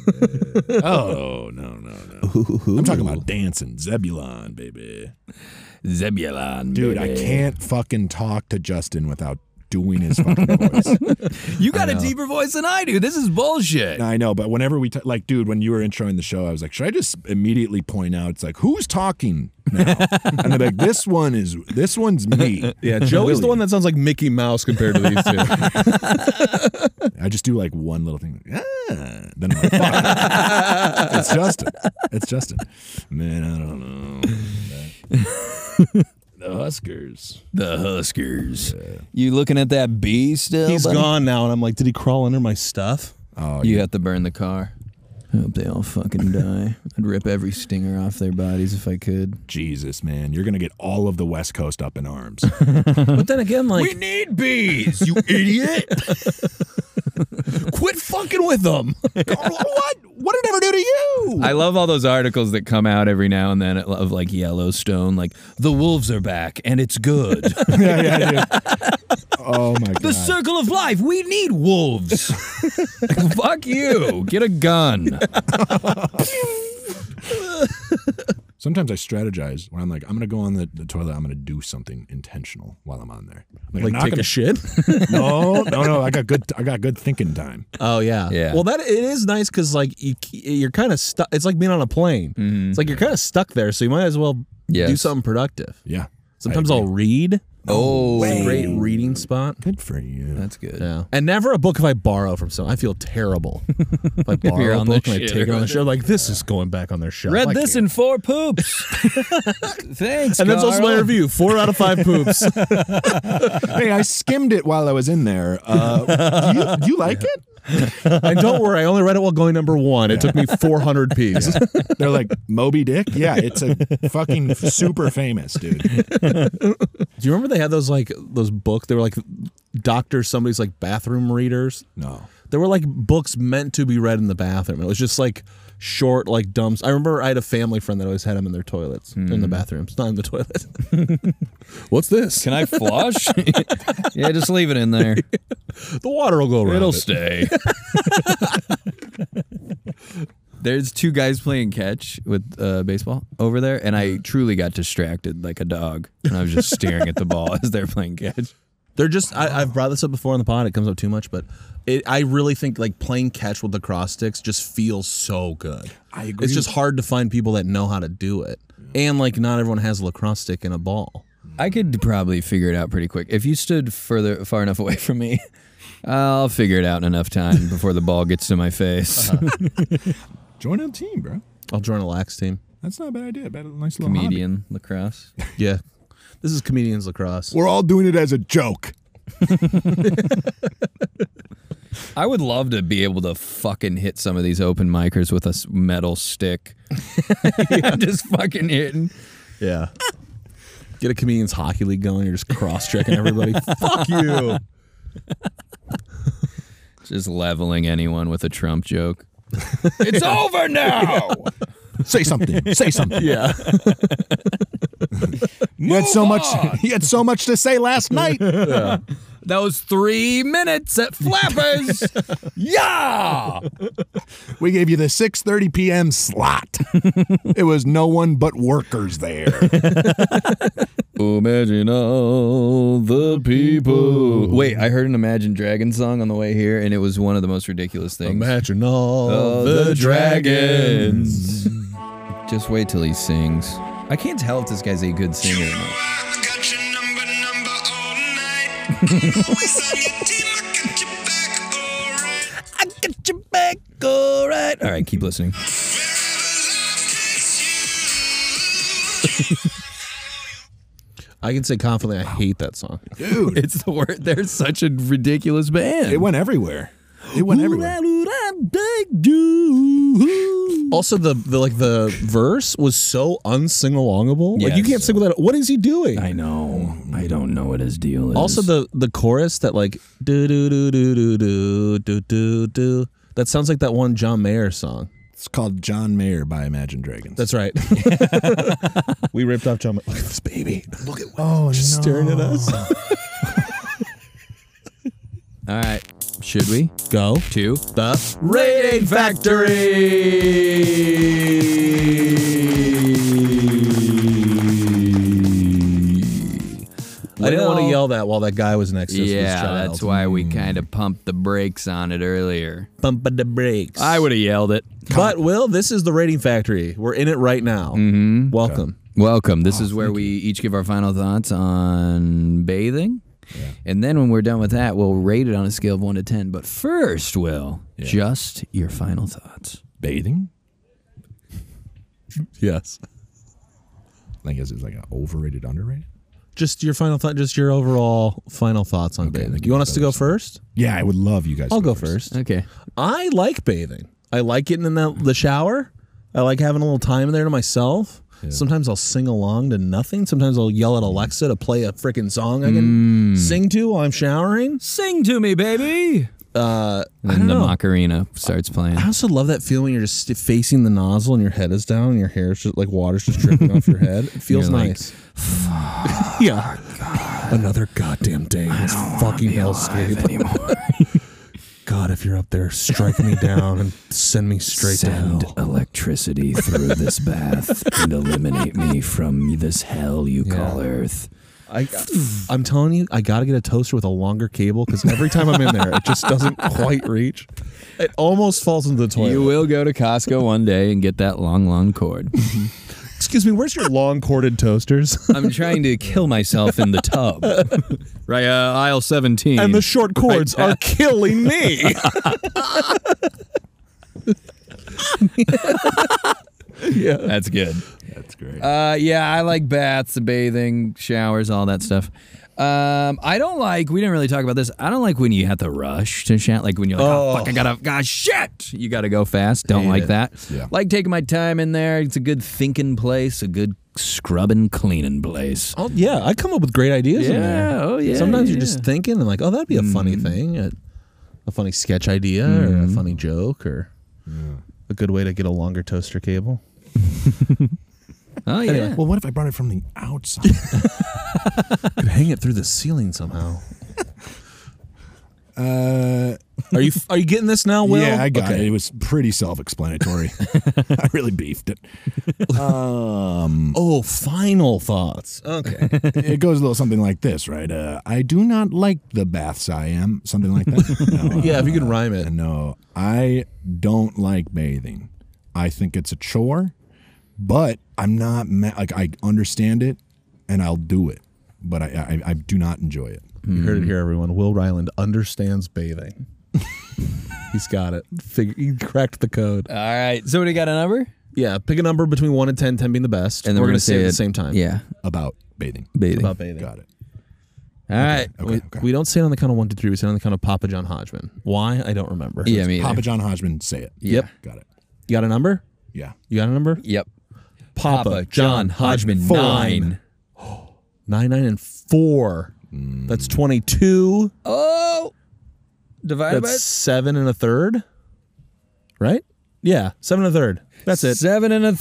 Oh no no no! I'm talking about dancing Zebulon, baby.
Zebulon,
Dude, I can't fucking talk to Justin without doing his fucking voice.
You got a deeper voice than I do. This is bullshit.
I know, but whenever we t- like, dude, when you were introing the show, I was like, should I just immediately point out? It's like, who's talking now? and they're like, this one is this one's me.
Yeah. Joey's the one that sounds like Mickey Mouse compared to these two.
I just do like one little thing. Ah, then I'm like, fuck. it's Justin. It's Justin. Man, I don't know. the Huskers.
The Huskers. You looking at that bee still?
He's
buddy?
gone now, and I'm like, did he crawl under my stuff?
You have to burn the car. I hope they all fucking die. I'd rip every stinger off their bodies if I could.
Jesus, man, you're gonna get all of the West Coast up in arms.
But then again, like,
need bees, you idiot.
quit fucking with them.
what? What did it ever do to you?
I love all those articles that come out every now and then of like Yellowstone, like the wolves are back and it's good.
yeah, yeah, yeah. Oh my god.
circle of life. We need wolves. Fuck you. Get a gun.
Sometimes I strategize when I'm like, I'm gonna go on the, the toilet. I'm gonna do something intentional while I'm on there. I'm like, I'm
Like,
not
take
gonna-
a shit.
no, no, no. I got good. I got good thinking time.
Oh yeah,
Yeah.
Well, that it is nice because like you, you're kind of stuck. It's like being on a plane. It's like you're kind of stuck there, so you might as well do
Yes.
something productive.
Yeah.
Sometimes I'll read.
Oh,
It's a great reading spot.
Good for you.
that's good.
Yeah, and never a book if I borrow from someone. I feel terrible if I borrow a
on
book
the
and I
shit
take it
or
on the show. Like this is going back on their shelf.
Read
Like-
this in four poops. Thanks.
and that's also my
Carl.
review. Four out of five poops.
hey, I skimmed it while I was in there. Uh, do, you, do you like it?
and don't worry, I only read it while going number one. It took me 400 p's.
They're like Moby Dick. Yeah, it's a fucking super famous dude.
Do you remember they had those like those book? They were like doctor somebody's like bathroom readers.
No.
There were like books meant to be read in the bathroom. It was just like short, like dumb. I remember I had a family friend that always had them in their toilets, in the bathrooms, not in the toilet. What's this?
Can I flush? yeah, just leave it in there.
the water will go around.
It'll
it.
stay. There's two guys playing catch with uh, baseball over there, and I truly got distracted like a dog, and I was just staring at the ball as they're playing catch.
They're just. I, I've brought this up before on the pod. It comes up too much, but it, I really think like playing catch with the cross sticks just feels so good.
I agree.
It's just hard to find people that know how to do it, and like not everyone has a lacrosse stick and a ball.
I could probably figure it out pretty quick if you stood further, far enough away from me. I'll figure it out in enough time before the ball gets to my face.
Uh-huh.
Join a team, bro.
I'll join a lax team.
That's not a bad idea. Bad, nice little
Uh-huh.
hobby.
Comedian lacrosse.
Yeah, this is comedians lacrosse.
We're all doing it as a joke.
I would love to be able to fucking hit some of these open micers with a s- metal stick. I'm just fucking hitting.
Yeah. Get a comedians hockey league going. You're just cross checking everybody. Fuck you.
Just leveling anyone with a Trump joke.
It's over now.
Say something. Say something.
Yeah.
You had so much. You had so much to say last night.
That was three minutes at Flappers. yeah.
We gave you the 6:30 p.m. slot. it was no one but workers there.
Imagine all the people. Wait, I heard an Imagine Dragons song on the way here, and it was one of the most ridiculous things.
Imagine all
All
the dragons.
Just wait till he sings. I can't tell if this guy's a good singer or not.
I got your number, number all night.
I got your back, all right. All right, keep listening.
I can say confidently, I hate that song.
Dude,
It's the word. They're such a ridiculous band.
it went everywhere. It went everywhere.
Also, the, the like the verse was so unsing alongable. Like you
Yes.
can't sing with that. What is he doing?
I know. I don't know what his deal is.
Also, the the chorus that like do do do do do do do do that sounds like that one John Mayer song.
It's called John Mayer by Imagine Dragons.
That's right. we ripped off John. Mayer. Look at this baby. Look at what
oh,
he's staring at us.
all right. Should we
Go
to
the
Rating Factory?
I didn't want to
Well-
yell that while that guy was next to us. with his
Yeah,
child.
that's why we kind of pumped the brakes on it earlier.
Bump the brakes.
I would have yelled it.
But Will, this is the Rating Factory. We're in it right now. Mm-hmm. Welcome.
Welcome. This is where we each give our final thoughts on bathing. And then when we're done with that, we'll rate it on a scale of 1 to 10. But first, Will, just your final thoughts.
bathing.
Yes.
I guess it's like an overrated, underrated.
Just your final thought. Just your overall final thoughts on bathing.
then
You want us to go first?
Yeah, I would love you guys.
I'll go first.
Okay.
I like bathing. I like getting in the, the shower. I like having a little time there to myself. Sometimes I'll sing along to nothing. Sometimes I'll yell at Alexa to play a freaking song I can sing to while I'm showering.
Sing to me, baby.
Uh, I
And
don't
the
know.
Macarena starts playing.
I also love that feeling when you're just facing the nozzle and your head is down and your hair is just like water's just dripping off your head. It feels
You're like,
nice. yeah. Another goddamn day in this fucking hellscape. God, if you're up there, strike me down and send me straight
Send
to hell.
electricity through this bath and eliminate me from this hell you call Earth.
I, I'm telling you, I gotta get a toaster with a longer cable because every time I'm in there, it just doesn't quite reach. It almost falls into the toilet.
You will go to Costco one day and get that long, long cord.
Excuse me, where's your long corded toasters
I'm trying to kill myself in the tub. right, uh, aisle 17.
and the short cords are killing me?
That's good.
That's great.
Uh, yeah, I like baths, bathing, showers, all that stuff. Um, I don't like. We didn't really talk about this. I don't like when you have to rush to shout. Like when you're like, oh, fuck, I gotta, god, shit, you gotta go fast. Don't like that.
Yeah.
Like taking my time in there. It's a good thinking place, a good scrubbing, cleaning place.
Oh yeah, I come up with great ideas. in there.
Yeah, oh, yeah,
Sometimes
yeah.
you're just thinking and like, oh, that'd be a funny thing, a, a funny sketch idea, or a funny joke, or a good way to get a longer toaster cable.
Oh yeah.
well, what if I brought it from the outside?
Could hang it through the ceiling somehow.
uh,
Are you are you getting this now, Will?
yeah, I got
Okay.
it. It was pretty self-explanatory. I really beefed it. Um,
Oh, final thoughts. Okay.
it goes a little something like this, right? Uh, I do not like the baths I am. Something like that. No, uh,
yeah, if you can rhyme it.
No, I don't like bathing. I think it's a chore, but I'm not ma- like I understand it, and I'll do it, but I I, I do not enjoy it.
You heard it here, everyone. Will Ryland understands bathing. He's got it. Fig- he cracked the code.
all right. So we got a number,
Uh, Yeah, pick a number between one and 10, 10 being the best.
and then
we're
gonna
gonna say it at the
it-
same time.
Yeah,
About bathing,
bathing.
about bathing.
got it.
All right.
Okay,
we,
okay.
we don't say it on the count of one to three. We say it on the count of Papa John Hodgman. Why? I don't remember.
Yeah, me. either.
Papa John Hodgman, say it.
Yep.
got it.
You got a number?
Yeah,
You got a number?
Yep.
Papa, John Hodgman. Nine. Nine, nine, and four. That's 22.
Oh, divided
That's seven and a third. Right? Yeah, seven and a third. That's it.
Seven and a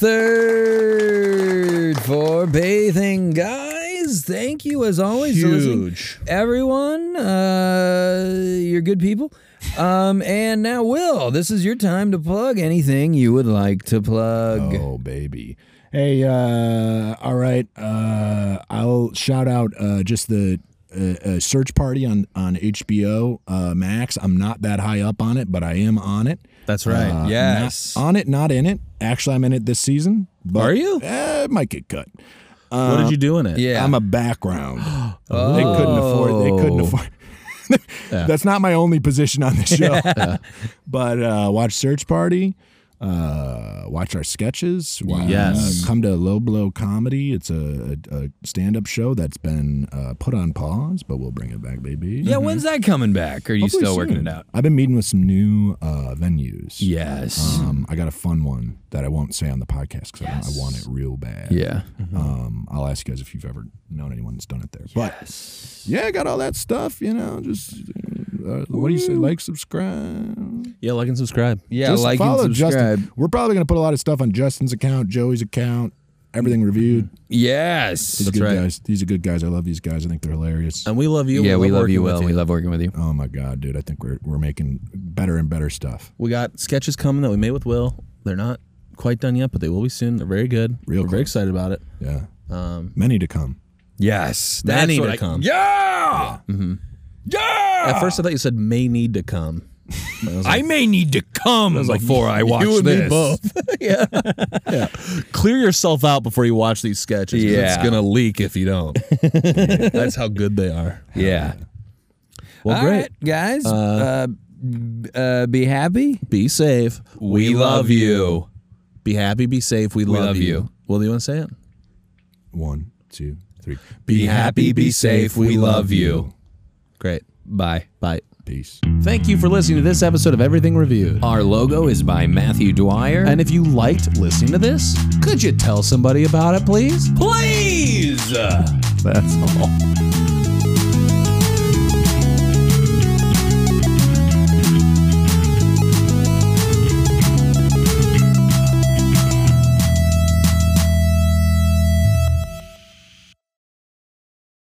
third for bathing, guys. Thank you as always. for listening.
Huge.
Everyone, uh, you're good people. Um, and now, Will, this is your time to plug anything you would like to plug.
Oh baby. Hey, uh, all right. Uh, I'll shout out uh, just the uh, uh, search party on on HBO uh, Max. I'm not that high up on it, but I am on it.
That's right.
Oh,
Uh, not- on it, not in it. Actually, I'm in it this season. But,
Are you?
Eh, it might get cut.
what did you do in it?
Yeah.
I'm a background. They couldn't afford. They couldn't
Oh.
afford. That's not my only position on the show. But uh, watch Search Party. Uh, watch our sketches. Wa-
Yes.
uh, come to Low Blow Comedy. It's a, a, a stand-up show that's been uh, put on pause, but we'll bring it back, baby.
Yeah, when's that coming back? Are you
Hopefully
still working
soon.
it out?
I've been meeting with some new uh, venues.
Yes.
Um, I got a fun one that I won't say on the podcast because I, want it real bad.
yeah.
Um, I'll ask you guys if you've ever known anyone that's done it there. But yeah, I got all that stuff. You know, just uh, what do you say? Like, subscribe.
Yeah, like and subscribe.
Yeah,
just
like and
follow
subscribe.
Justin. We're probably gonna put a lot of stuff on Justin's account, Joey's account,
Mm-hmm.
everything reviewed.
Yes.
These are good guys. These are good guys. I love these guys. I think they're hilarious.
Um,
And we love you.
Yeah, we love
working
you,
with
Will. We love working with you.
Oh my god, dude! I think we're we're making better and better stuff.
We got sketches coming that we made with Will. They're not quite done yet, but they will be soon. They're very good.
Real
We're very
cool.
excited about it.
Yeah.
Um,
Many to come.
Yes.
May need
what
to
I-
come.
Yeah!
At first, I thought you said may need to come.
I may need to come before I watch
you and
this.
me both. yeah. yeah. Clear yourself out before you watch these sketches. 'cause It's
Yeah.
gonna leak if you don't. That's how good they are.
Yeah.
Well,
All
great.
right, guys. Uh, b- uh, be happy.
Be safe. We, love you. Be happy. Be safe. We, love,
love
you.
you.
Will, do you want to say it?
One, two, three.
Be happy. Be safe. We love you. Great.
Bye.
Bye.
Peace.
Thank you for listening to this episode of Everything Reviewed.
Our logo is by Matthew Dwyer.
And if you liked listening to this, could you tell somebody about it, please?
please.
That's all.